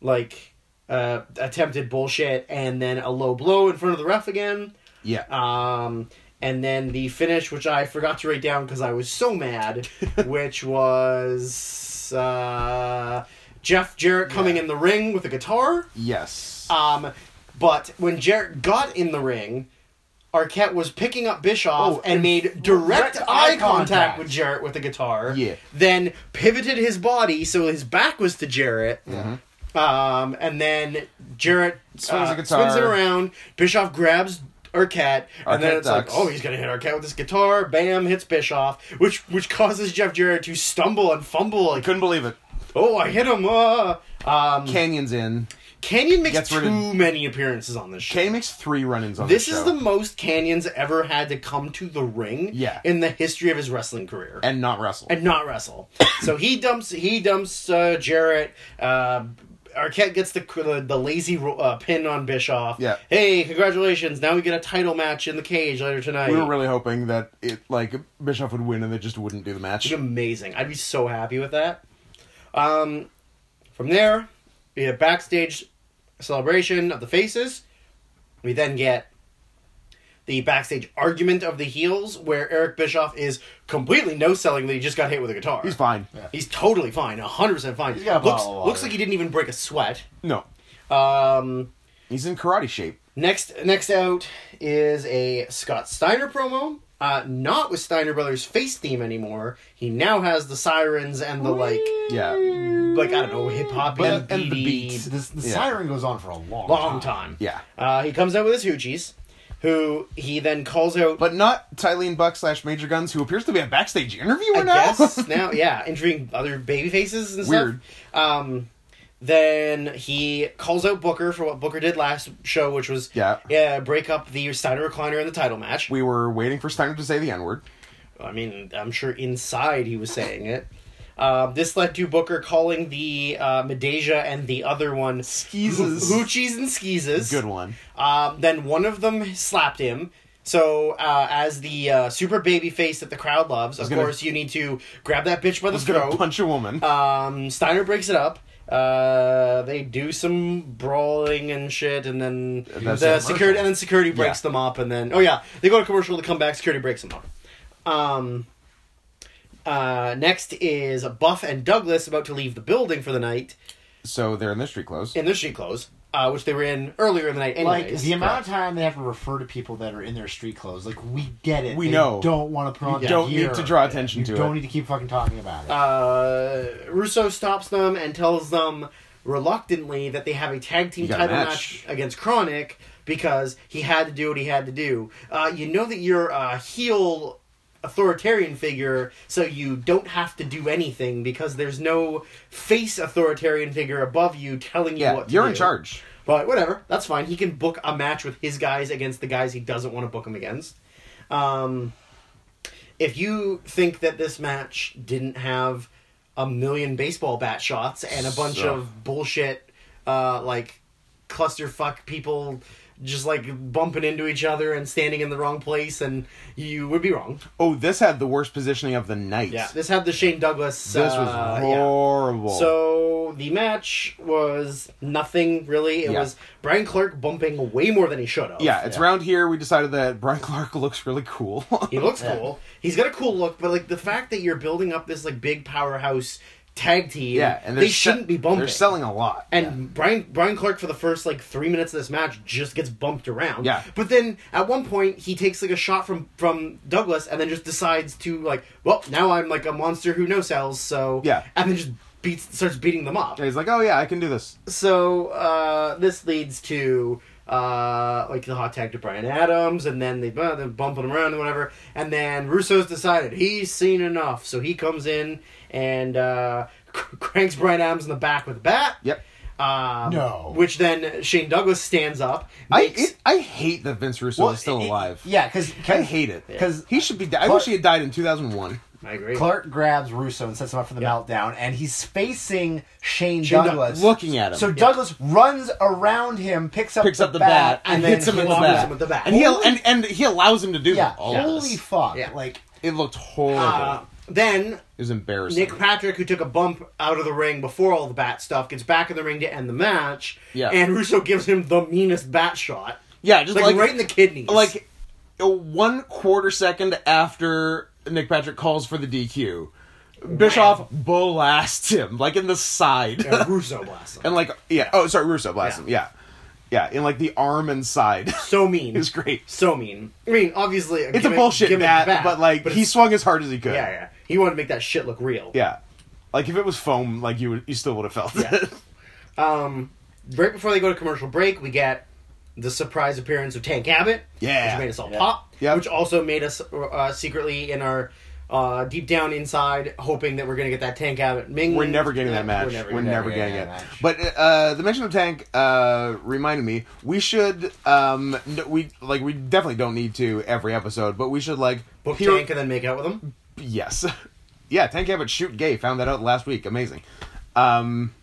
S3: like uh, attempted bullshit, and then a low blow in front of the ref again.
S2: Yeah.
S3: Um, and then the finish, which I forgot to write down because I was so mad, which was uh, Jeff Jarrett coming in the ring with a guitar.
S2: yes.
S3: Um, but when Jarrett got in the ring, Arquette was picking up Bischoff
S1: Oh,
S3: and made direct
S1: direct
S3: eye
S1: eye
S3: contact
S1: contact.
S3: with Jarrett with a guitar.
S2: Yeah.
S3: Then pivoted his body so his back was to Jarrett. Um, and then Jarrett
S2: Mm-hmm. Swings
S3: uh,
S2: the guitar.
S3: swings it around. Bischoff grabs Arquette, and then
S2: Arquette
S3: it's
S2: ducks.
S3: like, oh, he's gonna hit Arquette with his guitar. Bam! Hits Bischoff, which which causes Jeff Jarrett to stumble and fumble. Like,
S2: Couldn't believe it.
S3: oh, I hit him. Uh. Um,
S2: Canyon's in.
S3: Canyon makes
S2: Gets
S3: too
S2: rid of-
S3: many appearances on this show.
S2: Kay makes three run-ins on
S3: This
S2: the
S3: is
S2: show
S3: the most Canyon's ever had to come to the ring
S2: Yeah.
S3: in the history of his wrestling career
S2: and not wrestle.
S3: and not wrestle. [coughs] so he dumps he dumps uh, Jarrett. Uh, Arquette gets the the, the lazy ro- uh, pin on Bischoff.
S2: Yeah.
S3: Hey, congratulations! Now we get a title match in the cage later tonight.
S2: we were really hoping that it like Bischoff would win and they just wouldn't do the match.
S3: It'd be amazing. I'd be so happy with that. Um, from there, we had a backstage celebration of the faces. We then get the backstage argument of the heels, where Eric Bischoff is completely no selling that he just got hit with a guitar.
S2: He's fine.
S3: He's totally fine, hundred percent fine.
S1: He's got a bottle
S3: looks
S1: of water.
S3: looks like he didn't even break a sweat.
S2: No,
S3: Um,
S2: he's in karate shape.
S3: Next, next out is a Scott Steiner promo. Uh, not with Steiner Brothers face theme anymore. He now has the sirens and the like,
S2: Yeah,
S3: like I don't know, hip hop and,
S2: But- and the
S3: beady-
S2: beats.
S1: This, the
S2: Yeah.
S1: siren goes on for a long,
S3: Long time.
S2: yeah,
S3: Uh, he comes out with his hoochies, who he then calls out.
S2: but not Tylene Buck slash Major Guns, who appears to be a backstage interviewer
S3: I
S2: now.
S3: guess now, yeah, interviewing other baby faces and
S2: Weird.
S3: stuff. Um, then he calls out Booker for what Booker did last show, which was
S2: Yeah.
S3: yeah, break up the Steiner recliner in the title match.
S2: [laughs] we were waiting for Steiner to say the N word.
S3: I mean, I'm sure inside he was saying it. Uh, this led to Booker calling the uh, Medeja and the other one
S2: Skeezes.
S3: Hoo- Hoochies and Skeezes.
S2: Good one.
S3: Um, then one of them slapped him. So, uh, as the uh, super baby face that the crowd loves, of
S2: gonna-
S3: course, you need to grab that bitch by the
S2: He's gonna
S3: throat.
S2: punch a woman.
S3: Um, Steiner breaks it up. Uh, they do some brawling and shit, and then
S2: that's
S3: the
S2: it.
S3: security and then security breaks
S2: Yeah.
S3: them up, and then oh yeah, they go to commercial to come back. Security breaks them up. Um, uh, next is Buff and Douglas about to leave the building for the night
S2: so they're in their street clothes.
S3: in their street clothes, uh, which they were in earlier in the night.
S1: Like
S3: Anyways,
S1: the amount of time they have to refer to people that are in their street clothes, like we get it.
S2: We
S1: They
S2: know.
S1: Don't want to put on.
S2: don't
S1: gear.
S2: need to draw attention
S1: You
S2: to
S1: don't
S2: it.
S1: need to keep fucking talking about it.
S3: uh, Russo stops them and tells them reluctantly that they have a tag team
S2: You got a
S3: title match.
S2: match.
S3: against Chronic because he had to do what he had to do. Uh, you know that you're a heel authoritarian figure, so you don't have to do anything because there's no face authoritarian figure above you telling you
S2: yeah,
S3: what to
S2: you're in
S3: do.
S2: charge.
S3: But whatever, that's fine. He can book a match with his guys against the guys he doesn't want to book him against. Um, if you think that this match didn't have a million baseball bat shots and a bunch
S2: So-
S3: of bullshit, uh, like clusterfuck people just like bumping into each other and standing in the wrong place, and you would be wrong.
S2: Oh, this had the worst positioning of the night.
S3: Yeah, this had the Shane Douglas.
S2: This was
S3: uh, yeah.
S2: horrible.
S3: So the match was nothing really. It
S2: Yeah.
S3: was Brian Clark bumping way more than he should have.
S2: yeah, it's round here. We decided that Brian Clark [laughs] looks really cool.
S3: He looks cool. He's got a cool look, but like the fact that you're building up this like big powerhouse tag team,
S2: yeah, and they're
S3: they
S2: se-
S3: shouldn't be bumping.
S2: They're selling a lot.
S3: and Brian Brian Clark for the first like three minutes of this match just gets bumped around.
S2: Yeah.
S3: But then at one point he takes like a shot from from Douglas and then just decides to like, well, now I'm like a monster who no sells. So
S2: Yeah.
S3: and then just beats starts beating them up.
S2: And he's like, "Oh yeah, I can do this."
S3: so uh, this leads to uh, like the hot tag to Brian Adams, and then they uh, they're bumping him around and whatever, and then Russo's decided he's seen enough, so he comes in and uh, cr- cranks Brian Adams in the back with a bat.
S2: Yep.
S3: Um,
S1: No.
S3: Which then Shane Douglas stands up.
S2: I
S3: makes-
S2: it, I hate that Vince Russo is still alive.
S1: yeah, because
S2: I hate it
S1: Because
S2: he should be. Di- I wish he had died in two thousand one.
S3: I agree.
S1: Clark grabs Russo and sets him up for the
S3: Yeah.
S1: meltdown, and he's facing Shane,
S3: Shane
S1: Douglas,
S2: Doug- looking at him.
S1: So
S2: Yeah.
S1: Douglas runs around him, picks up
S2: Picks
S1: the
S2: up the bat
S1: bat,
S2: and,
S3: then
S2: hits him
S3: he
S2: in the
S3: lobs
S2: back.
S3: him with the bat.
S2: and he and and he allows him to do
S1: yeah,
S2: that. all of
S1: holy
S2: this.
S1: fuck,
S3: Yeah.
S1: like
S2: It looked horrible.
S3: Uh, then
S2: it was embarrassing.
S3: Nick Patrick, who took a bump out of the ring before all the bat stuff, gets back in the ring to end the match.
S2: Yeah.
S3: And Russo gives him the meanest bat shot.
S2: yeah, just
S3: Like,
S2: like,
S3: right in the kidneys. [laughs]
S2: like uh, one quarter second after Nick Patrick calls for the DQ, Bischoff blasts him like in the side
S3: and Russo blasts him.
S2: [laughs] and like yeah. Oh, sorry, Russo blasts him. Yeah, yeah, in like the arm and side. [laughs]
S3: So mean.
S2: it was great.
S3: So mean. I mean, obviously,
S2: It's a bullshit bat, but like he
S3: he's
S2: swung as hard as he could.
S3: yeah, yeah. He wanted to make that shit look real.
S2: Yeah. Like if it was foam, like you would, you still would have felt it. [laughs]
S3: Um, right before they go to commercial break, we get the surprise appearance of Tank Abbott.
S2: Yeah.
S3: Which made us all
S1: Yeah.
S3: pop.
S2: Yeah.
S3: Which also made us uh, secretly in our uh, deep down inside hoping that we're going to get that Tank Abbott Ming.
S2: We're never getting that match. We're never,
S1: never
S2: getting,
S1: getting
S2: it.
S1: that match.
S2: But uh, the mention of tank uh, reminded me we should um, n- we like we definitely don't need to every episode, but we should like
S3: Book
S2: peer-
S3: Tank and then make out with him.
S2: Yes. [laughs] yeah, Tank Abbott shoot gay. Found that out last week. Amazing. Um,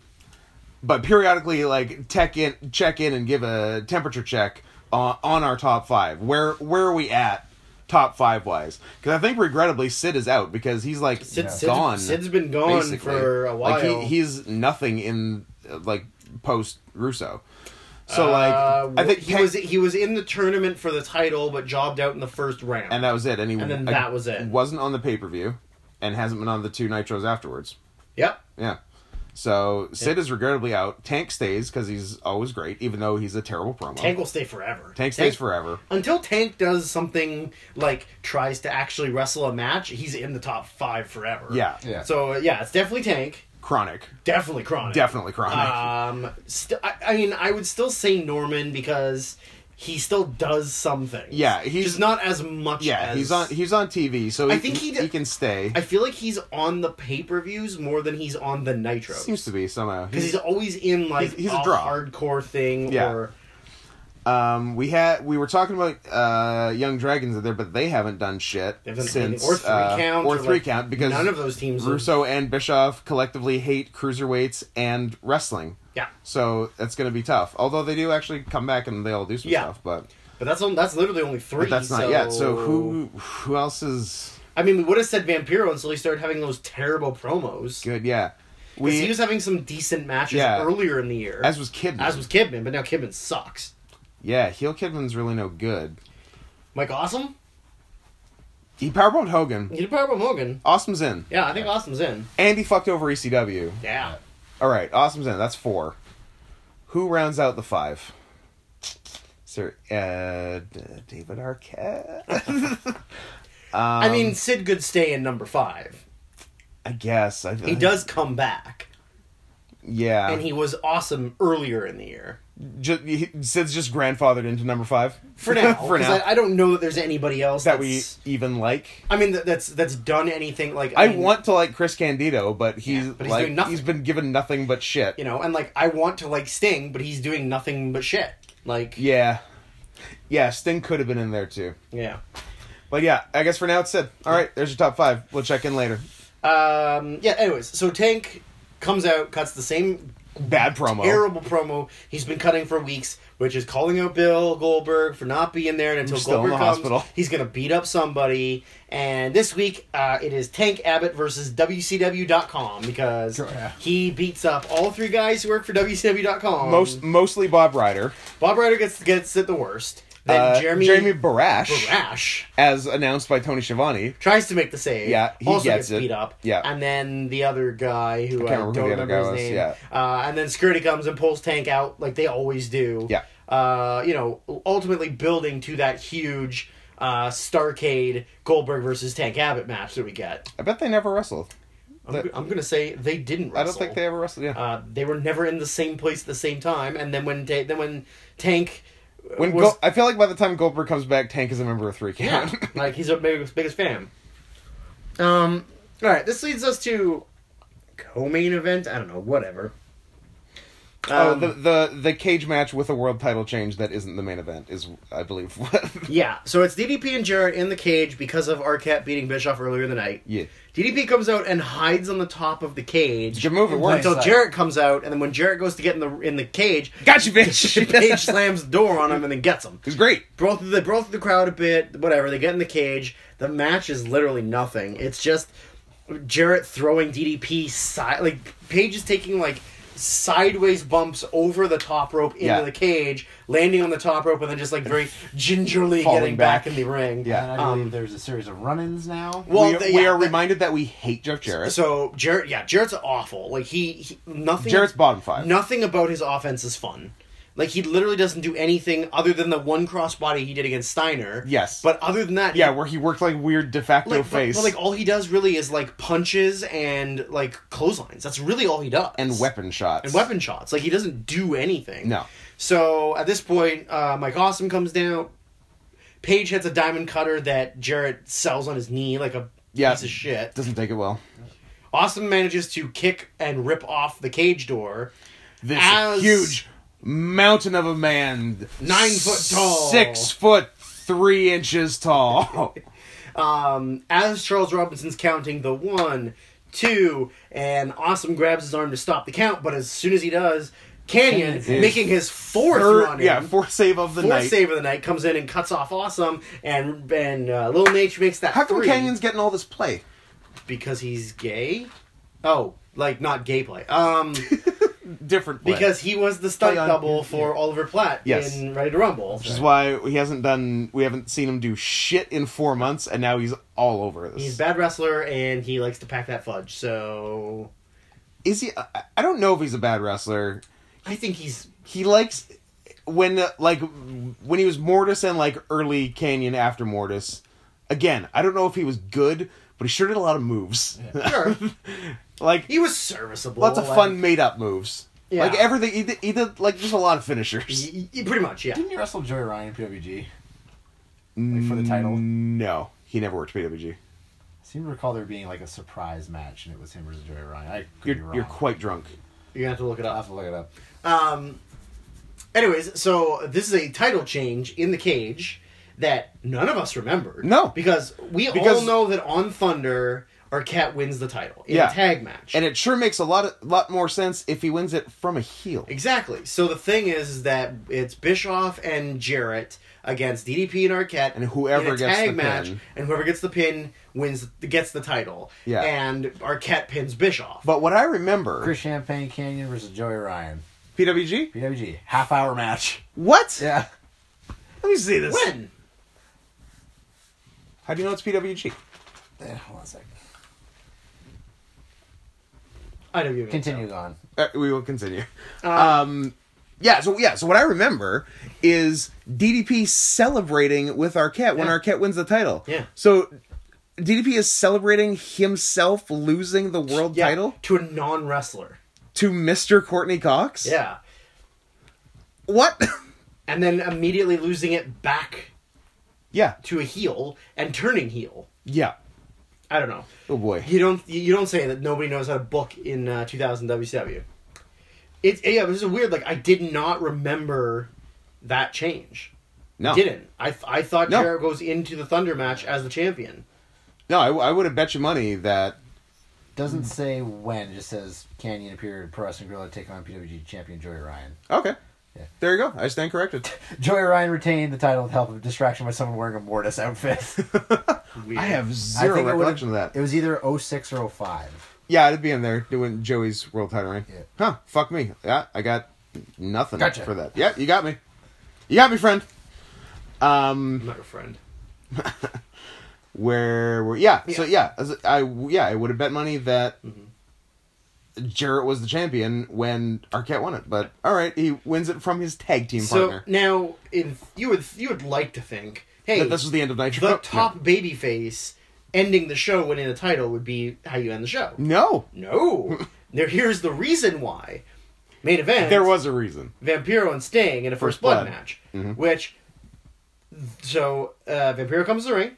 S2: but periodically, like tech in, check in, and give a temperature check on, on our top five. Where where are we at top five wise? Because I think regrettably Sid is out because he's like
S3: Sid, Sid's,
S2: gone.
S3: Sid's been gone
S2: basically.
S3: for a while.
S2: Like he, he's nothing in uh, like post Russo. So
S3: Uh,
S2: like I think
S3: he
S2: Tank-
S3: was he was in the tournament for the title, but jobbed out in the first round.
S2: and that was it. And, he,
S3: And then
S2: I-
S3: that was it.
S2: Wasn't on the pay per view, and hasn't been on the two nitros afterwards.
S3: yep.
S2: Yeah. So Sid is regrettably out. Tank stays because he's always great, even though he's a terrible promo.
S3: Tank
S2: Tank,
S3: will stay forever.
S2: stays forever.
S3: Until Tank does something like tries to actually wrestle a match, he's in the top five forever.
S2: Yeah.
S1: Yeah.
S3: So yeah, it's definitely Tank.
S2: Chronic.
S3: Definitely Chronic.
S2: Definitely chronic.
S3: Um, st- I, I mean, I would still say Norman because he still does something.
S2: Yeah, he's-
S3: just not as much.
S2: yeah,
S3: as-
S2: he's on he's on TV, so he,
S3: I think he did-
S2: can stay.
S3: I feel like he's on the pay per views more than he's on the Nitro.
S2: Seems to be somehow.
S3: because he's always in like
S2: he's- he's a
S3: a,
S2: draw.
S3: hardcore thing
S2: Yeah.
S3: or
S2: Um, we had we were talking about uh, Young Dragons in there, but they haven't done shit
S3: They haven't done
S2: since
S3: anything. Or three
S2: uh,
S3: count,
S2: or
S3: or,
S2: three
S3: like,
S2: count because
S3: none of those teams have-
S2: Russo and Bischoff collectively hate cruiserweights and wrestling.
S3: yeah.
S2: So that's going to be tough. Although they do actually come back and they'll do some
S3: Yeah.
S2: stuff, but
S3: But that's on, that's literally only three.
S2: But that's not yet. So who who else is
S3: I mean, we would have said Vampiro until he started having those terrible promos.
S2: good? Yeah,
S3: 'Cause
S2: we
S3: he was having some decent matches
S2: Yeah.
S3: earlier in the year.
S2: as was Kidman.
S3: as was Kidman, but now Kidman sucks.
S2: yeah, heel Kidman's really no good.
S3: Mike Awesome,
S2: He powerbombed Hogan.
S3: he did Powerbomb Hogan.
S2: Awesome's in,
S3: Yeah, I think Awesome's in.
S2: and he fucked over ECW.
S3: Yeah,
S2: All right, Awesome's in. That's four. Who rounds out the five? Sir uh, D- David Arquette. [laughs] Um,
S3: I mean, Sid could stay in number five.
S2: I guess I,
S3: He does come back,
S2: Yeah,
S3: and he was awesome earlier in the year.
S2: Ju- he Sid's just grandfathered into number five
S3: For now,
S2: [laughs] for
S3: 'cause
S2: now
S3: I, I don't know that there's anybody else
S2: that we
S3: that's-
S2: even like.
S3: I mean, that, that's that's done anything like
S2: I
S3: mean,
S2: want to like Chris Candido, but he's,
S3: Yeah, but he's
S2: like
S3: doing nothing.
S2: he's been given nothing but shit.
S3: you know, and like I want to like Sting, but he's doing nothing but shit. Like
S2: Yeah, yeah. Sting could have been in there too.
S3: yeah.
S2: But yeah, I guess for now it's it. All right, there's your top five. We'll check in later.
S3: Um, yeah. Anyways, so Tank comes out, cuts the same
S2: Bad promo.
S3: terrible promo he's been cutting for weeks, which is calling out Bill Goldberg for not being there, and until
S2: still in
S3: Goldberg
S2: the
S3: comes,
S2: hospital.
S3: he's gonna beat up somebody. And this week, uh, it is Tank Abbott versus WCW.com because
S1: Yeah.
S3: he beats up all three guys who work for WCW.com.
S2: Most mostly Bob Ryder,
S3: Bob Ryder gets gets it the worst. Then
S2: uh,
S3: Jeremy,
S2: [laughs] Jeremy Barash,
S3: Barash
S2: as announced by Tony Schiavone.
S3: tries to make the save.
S2: Yeah, he
S3: also
S2: gets
S3: gets,
S2: it.
S3: beat up.
S2: Yeah.
S3: and then the other guy who I,
S2: can't remember
S3: don't
S2: who the other
S3: remember
S2: guy
S3: his
S2: was,
S3: name.
S2: yeah.
S3: Uh, and then security comes and pulls Tank out like they always do.
S2: Yeah.
S3: Uh, you know, ultimately building to that huge uh, Starcade Goldberg versus Tank Abbott match that we get.
S2: I bet they never wrestled.
S3: I'm,
S2: That-
S3: go- I'm gonna say they didn't. Wrestle.
S2: I don't think they ever wrestled. Yeah.
S3: Uh, they were never in the same place at the same time, and then when ta- then when Tank uh,
S2: when
S3: was-
S2: Go- I feel like by the time Goldberg comes back, Tank is a member of Three [laughs]
S3: Yeah, um,
S2: Count.
S3: like he's our biggest, biggest fan. Um. All right, this leads us to co-main event. I don't know, whatever.
S2: oh,
S3: Um,
S2: the, the the cage match with a world title change that isn't the main event is, I believe, [laughs] what.
S3: yeah, so it's DDP and Jarrett in the cage because of Arquette beating Bischoff earlier in the night.
S2: yeah.
S3: DDP comes out and hides on the top of the cage.
S2: Good move. It works.
S1: Nice.
S3: until Jarrett comes out, and then when Jarrett goes to get in the in the cage,
S2: [laughs] Got you,
S3: Page
S2: bitch.
S3: slams the door on him and then gets him.
S2: it's great.
S3: brawl through the brawl through the crowd a bit, whatever. They get in the cage. The match is literally nothing. It's just Jarrett throwing DDP side like Paige is taking like sideways bumps over the top rope into
S2: Yeah.
S3: the cage, landing on the top rope, and then just like very gingerly
S2: Falling
S3: getting back.
S2: back.
S3: in the ring.
S2: Yeah.
S1: And I believe
S3: Um,
S1: there's a series of run-ins now.
S3: Well,
S2: we,
S3: the-
S2: we
S3: yeah,
S2: are
S3: the-
S2: reminded that we hate Jeff Jarrett.
S3: So Jarrett, yeah, Jarrett's awful. Like he, he nothing.
S2: Jarrett's bottom five.
S3: Nothing about his offense is fun. Like he literally doesn't do anything other than the one crossbody he did against Steiner.
S2: Yes.
S3: but other than that,
S2: yeah,
S3: he
S2: where he worked like weird de facto
S3: like, but-
S2: face
S3: But, like all he does really is like punches and like clotheslines. That's really all he does.
S2: and weapon shots.
S3: and weapon shots. Like he doesn't do anything.
S2: No.
S3: So at this point, uh, Mike Awesome comes down. Page hits a diamond cutter that Jarrett sells on his knee like a
S2: Yeah.
S3: piece of shit.
S2: Doesn't take it well.
S3: Awesome manages to kick and rip off the cage door.
S2: This
S3: As-
S2: huge mountain of a man,
S3: Nine foot tall.
S2: six foot three inches tall.
S3: Um, as Charles Robinson's counting the one, two, and Awesome grabs his arm to stop the count, but as soon as he does, Canyon,
S1: Canyon.
S3: making his [laughs] fourth
S2: Third-
S3: run in,
S2: yeah, fourth save of the
S3: fourth
S2: night.
S3: save of the night, comes in and cuts off Awesome, and and uh, Lil Nate makes that
S2: How come
S3: three
S2: Canyon's getting all this play?
S3: because he's gay. Oh, like not gay play.
S2: [laughs]
S3: Um,
S2: Different play.
S3: because he was the stunt
S2: Play on-
S3: double for Oliver Platt
S2: Yes.
S3: in Ready to Rumble.
S2: which is why he hasn't done. We haven't seen him do shit in four months, and now he's all over this.
S3: He's a bad wrestler and he likes to pack that fudge. So
S2: Is he? I- I don't know if he's a bad wrestler.
S3: I think
S2: [laughs]
S3: he's
S2: he likes when uh, like when he was Mortis and like early Canyon after Mortis. Again, I don't know if he was good, but he sure did a lot of moves.
S3: sure
S2: [laughs] like
S3: he was serviceable.
S2: lots of
S3: like-
S2: fun made up moves.
S3: Yeah.
S2: Like everything, he did, he did like just a lot of finishers.
S3: Y- y- pretty much, yeah.
S1: Didn't you wrestle Joey Ryan PWG? Like for the title?
S2: No, he never worked PWG.
S1: I seem to recall there being like a surprise match, and it was him versus Joey Ryan. I could be
S2: You're
S1: wrong.
S2: you're quite drunk.
S3: You're gonna have to look it
S1: I'll
S3: up.
S1: have to look it up.
S3: Um, anyways, so this is a title change in the cage that none of us remembered.
S2: No.
S3: because we all
S2: Because-
S3: know that on Thunder, Arquette wins the title in
S2: Yeah.
S3: a tag match.
S2: And it sure makes a lot of, lot more sense if he wins it from a heel.
S3: exactly. So the thing is, is that it's Bischoff and Jarrett against DDP and Arquette,
S2: And whoever
S3: in a
S2: gets
S3: tag
S2: the
S3: match,
S2: pin.
S3: and whoever gets the pin wins gets the title.
S2: Yeah.
S3: and Arquette pins Bischoff.
S2: But what I remember,
S1: Chris Champagne Canyon versus Joey Ryan.
S2: PWG.
S1: PWG half hour match.
S2: What?
S1: Yeah.
S2: Let me see this.
S3: when?
S2: How do you know it's PWG?
S1: [laughs] Eh, Hold on a second.
S3: I don't even
S1: Continue on.
S2: Uh, we will continue.
S3: know. Uh,
S2: Um, yeah, so yeah, so what I remember is DDP celebrating with Arquette when
S3: Yeah.
S2: Arquette wins the title.
S3: Yeah.
S2: So DDP is celebrating himself losing the world
S3: yeah,
S2: title
S3: to a non wrestler.
S2: to Mr. Courtney Cox.
S3: Yeah.
S2: What? [laughs]
S3: and then immediately losing it back
S2: yeah.
S3: to a heel and turning heel.
S2: Yeah.
S3: I don't know.
S2: Oh boy.
S3: You don't you you don't say that nobody knows how to book in uh, 2000 WCW. It's yeah, it was weird. Like I did not remember that change.
S2: No,
S3: Didn't. I, th- I thought
S2: No.
S3: Jericho goes into the Thunder match as the champion.
S2: no. I, w- I would have bet you money that
S1: Doesn't say when. It just says Canyon appeared at Pro Wrestling Guerrilla taking on PWG champion Joey Ryan.
S2: okay.
S1: Yeah.
S2: There you go. I stand corrected.
S1: Joey Ryan retained the title with help of distraction by someone wearing a Mortis outfit.
S3: Weird.
S2: I have
S1: I
S2: zero
S1: think it
S2: recollection of
S1: would
S2: that.
S1: It was either 06 or 05.
S2: yeah, it'd be in there doing Joey's world title reign.
S1: Yeah.
S2: Huh? Fuck me. Yeah, I got nothing
S1: Gotcha.
S2: for that. Yeah, you got me. You got me, friend. Um.
S3: I'm not your friend.
S2: where were yeah, so yeah as- i yeah i would have bet money that
S3: Mm-hmm.
S2: jarrett was the champion when arquette won it but all right he wins it from his tag team
S3: So
S2: partner
S3: now, in you would you would like to think, hey,
S2: that this was the end of nitro
S3: the
S2: No.
S3: top babyface ending the show winning the title would be how you end the show.
S2: no
S3: No. there, here's the reason why. Main event.
S2: there was a reason
S3: Vampiro and Sting in a first,
S2: First
S3: blood, Mm-hmm. match,
S2: Blood.
S3: which so uh, Vampiro comes to the ring,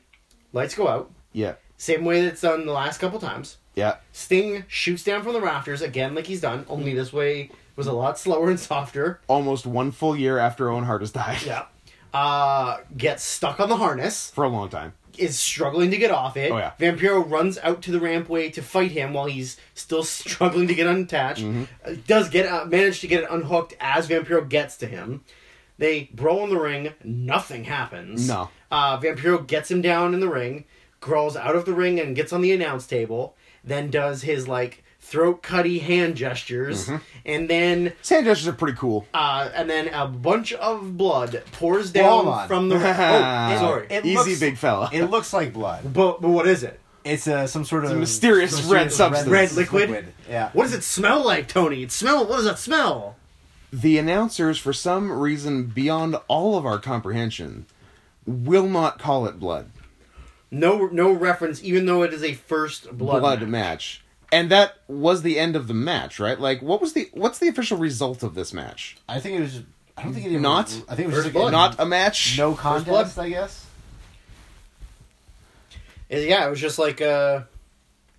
S3: lights go out,
S2: yeah
S3: same way that's done the last couple times.
S2: yeah
S3: Sting shoots down from the rafters again, like he's done. Only this way was a lot slower and softer.
S2: almost one full year after owen hart has died
S3: Yeah. Uh, gets stuck on the harness.
S2: [laughs] for a long time
S3: is struggling to get off it.
S2: Oh, yeah.
S3: Vampiro runs out to the rampway to fight him while he's still [laughs] struggling to get unattached.
S2: Mm-hmm.
S3: Uh, Does get uh, manage to get it unhooked as Vampiro gets to him. They brawl in the ring. Nothing happens.
S2: No.
S3: Uh, Vampiro gets him down in the ring, crawls out of the ring and gets on the announce table. Then does his like throat cutty hand gestures,
S2: Mm-hmm.
S3: and then
S2: sand gestures are pretty cool
S3: uh, and then a bunch of blood pours down
S1: Well, hold
S2: [laughs]
S1: on.
S3: from the. oh,
S1: it-
S3: sorry.
S1: it
S2: easy
S1: looks-
S2: big fella
S1: It looks like blood.
S3: but but what is it?
S1: It's uh, some sort of
S2: mysterious
S1: some
S2: red
S1: sort of
S2: substance.
S3: Red liquid?
S1: Yeah.
S3: What does it smell like, Tony? It smell. What does that smell?
S2: the announcers for some reason beyond all of our comprehension will not call it blood
S3: No, no reference. Even though it is a first blood,
S2: blood, match. And that was the end of the match, right? Like what was the what's the official result of this match?
S1: I think it was. I don't think it even.
S2: Not?
S1: I think it was
S3: First
S1: just
S3: blood.
S2: Not
S1: like
S2: a match?
S1: no
S3: First
S1: contest. I guess.
S3: Uh, Yeah, it was just like uh,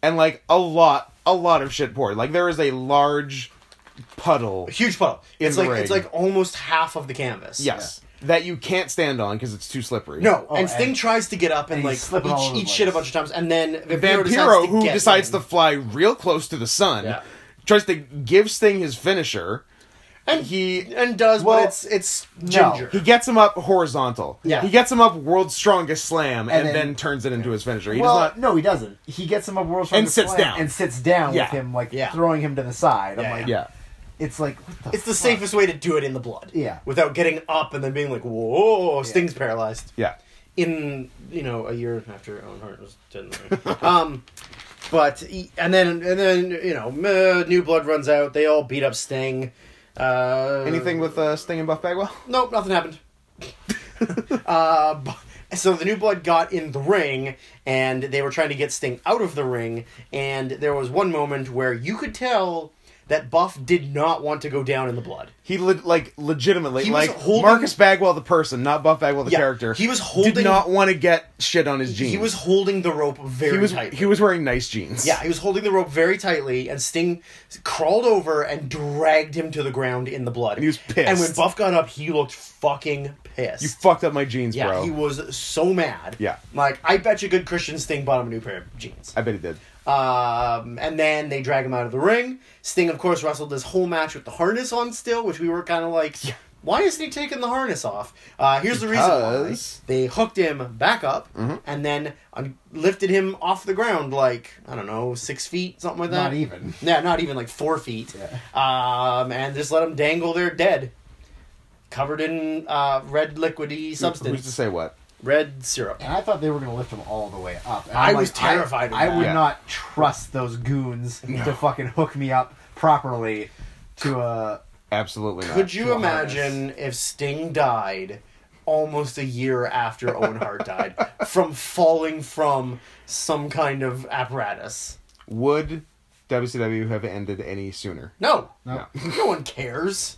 S2: And like a lot a lot of shit poured. Like there is a large puddle.
S3: a huge puddle.
S2: In
S3: it's
S2: the
S3: like
S2: ring.
S3: it's like almost half of the canvas.
S2: Yes. That you can't stand on because it's too slippery.
S3: No,
S1: Oh,
S3: and Sting
S1: and-
S3: tries to get up and,
S1: and
S3: like
S1: he's slipping all over
S3: each,
S1: the
S3: each shit a
S1: place.
S3: bunch of times, and then Vampiro,
S2: Vampiro,
S3: decides to
S2: who
S3: get
S2: decides
S3: in.
S2: to fly real close to the sun,
S3: Yeah.
S2: tries to give Sting his finisher.
S3: and
S2: He
S3: and does,
S1: Well,
S3: but it's it's
S1: no.
S3: ginger.
S2: he gets him up horizontal.
S3: Yeah.
S2: He gets him up world's strongest slam and,
S1: then-
S2: then, turns it into his finisher. He
S1: well,
S2: does not
S1: no, he doesn't. He gets him a world
S2: And
S1: Strongest
S2: sits
S1: Slam
S2: down.
S1: and sits down
S2: Yeah.
S1: with him like
S3: Yeah.
S1: throwing him to the side.
S3: Yeah,
S1: I'm like,
S2: Yeah.
S1: it's like what the
S3: It's the
S1: fuck?
S3: safest way to do it in the blood.
S1: Yeah.
S3: without getting up and then being like, "Whoa, Sting's paralyzed."
S2: Yeah.
S3: in you know a year after Owen Hart was dead. in the ring. um, but he- and then and then you know meh, New Blood runs out. They all beat up Sting. Uh,
S2: Anything with uh, Sting and Buff Bagwell?
S3: Nope, nothing happened. [laughs] uh, bu- so the New Blood got in the ring, and they were trying to get Sting out of the ring. And there was one moment where you could tell that Buff did not want to go down in the blood.
S2: He le- like legitimately
S3: He was
S2: like
S3: holding-
S2: Marcus Bagwell the person, not Buff Bagwell the
S3: Yeah,
S2: character.
S3: he was holding-
S2: Did not want to get shit on his jeans.
S3: He was holding the rope very
S2: he was
S3: tightly.
S2: he was wearing nice jeans.
S3: Yeah, he was holding the rope very tightly, and Sting crawled over and dragged him to the ground in the blood. And
S2: he was pissed.
S3: And when Buff got up, he looked fucking pissed.
S2: you fucked up my jeans,
S3: yeah,
S2: bro.
S3: he was so mad.
S2: Yeah.
S3: like I bet you good Christian Sting bought him a new pair of jeans.
S2: I bet he did.
S3: Um, and then they drag him out of the ring. Sting, of course, wrestled this whole match with the harness on still, which we were kind of like, why isn't he taking the harness off? Uh, here's the reason why.
S2: Because- Mm-hmm.
S3: They hooked him back up and then un- lifted him off the ground like, I don't know, six feet, something like that.
S1: Not even.
S3: [laughs] Yeah, not even like four feet. Um, and just let him dangle there dead. Covered in uh, red liquidy
S2: Who's to
S3: substance,
S2: say what?
S3: red syrup.
S1: And I thought they were going to lift him all the way up. And
S3: I
S1: I'm
S3: was terrified of
S1: I,
S3: that.
S1: I would
S2: Yeah.
S1: not trust those goons to fucking hook me up properly to a.
S2: Absolutely not.
S3: Could you
S1: to a harness.
S3: imagine if Sting died almost a year after Owen Hart died from falling from some kind of apparatus?
S2: Would WCW have ended any sooner?
S3: No.
S1: No.
S3: No one
S2: [laughs]
S3: cares.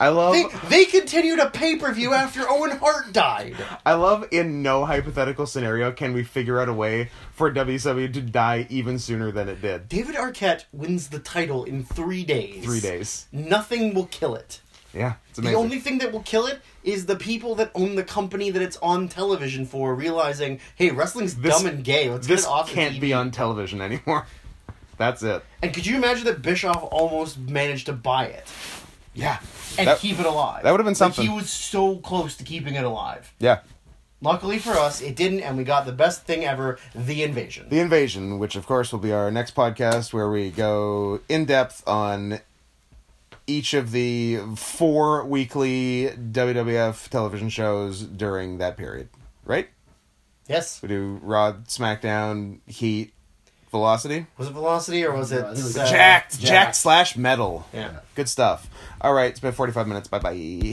S2: I love
S3: They, they continued a pay per view after Owen Hart died.
S2: I love in no hypothetical scenario can we figure out a way for WCW to die even sooner than it did.
S3: David Arquette wins the title in three days.
S2: Three days.
S3: Nothing will kill it.
S2: Yeah, it's
S3: The
S2: amazing.
S3: only thing that will kill it is the people that own the company that it's on television for realizing, hey, wrestling's
S2: This-
S3: dumb and gay. Let's
S2: this
S3: get it off the
S2: can't
S3: TV.
S2: be on television anymore. [laughs] That's it.
S3: And could you imagine that Bischoff almost managed to buy it
S2: Yeah.
S3: and
S2: That-
S3: keep it alive?
S2: that would've been
S3: Like,
S2: something.
S3: he was so close to keeping it alive.
S2: yeah.
S3: Luckily for us, it didn't, and we got the best thing ever: the invasion.
S2: The Invasion, which of course will be our next podcast where we go in depth on each of the four weekly WWF television shows during that period. Right?
S3: yes,
S2: We do Raw, SmackDown, Heat, Velocity.
S3: was it Velocity or was it,
S1: I think it was
S3: uh,
S2: Jacked,
S1: Jacked.
S2: Jacked slash Metal.
S3: Yeah.
S2: Good stuff. All right, it's been 45 minutes. Bye bye.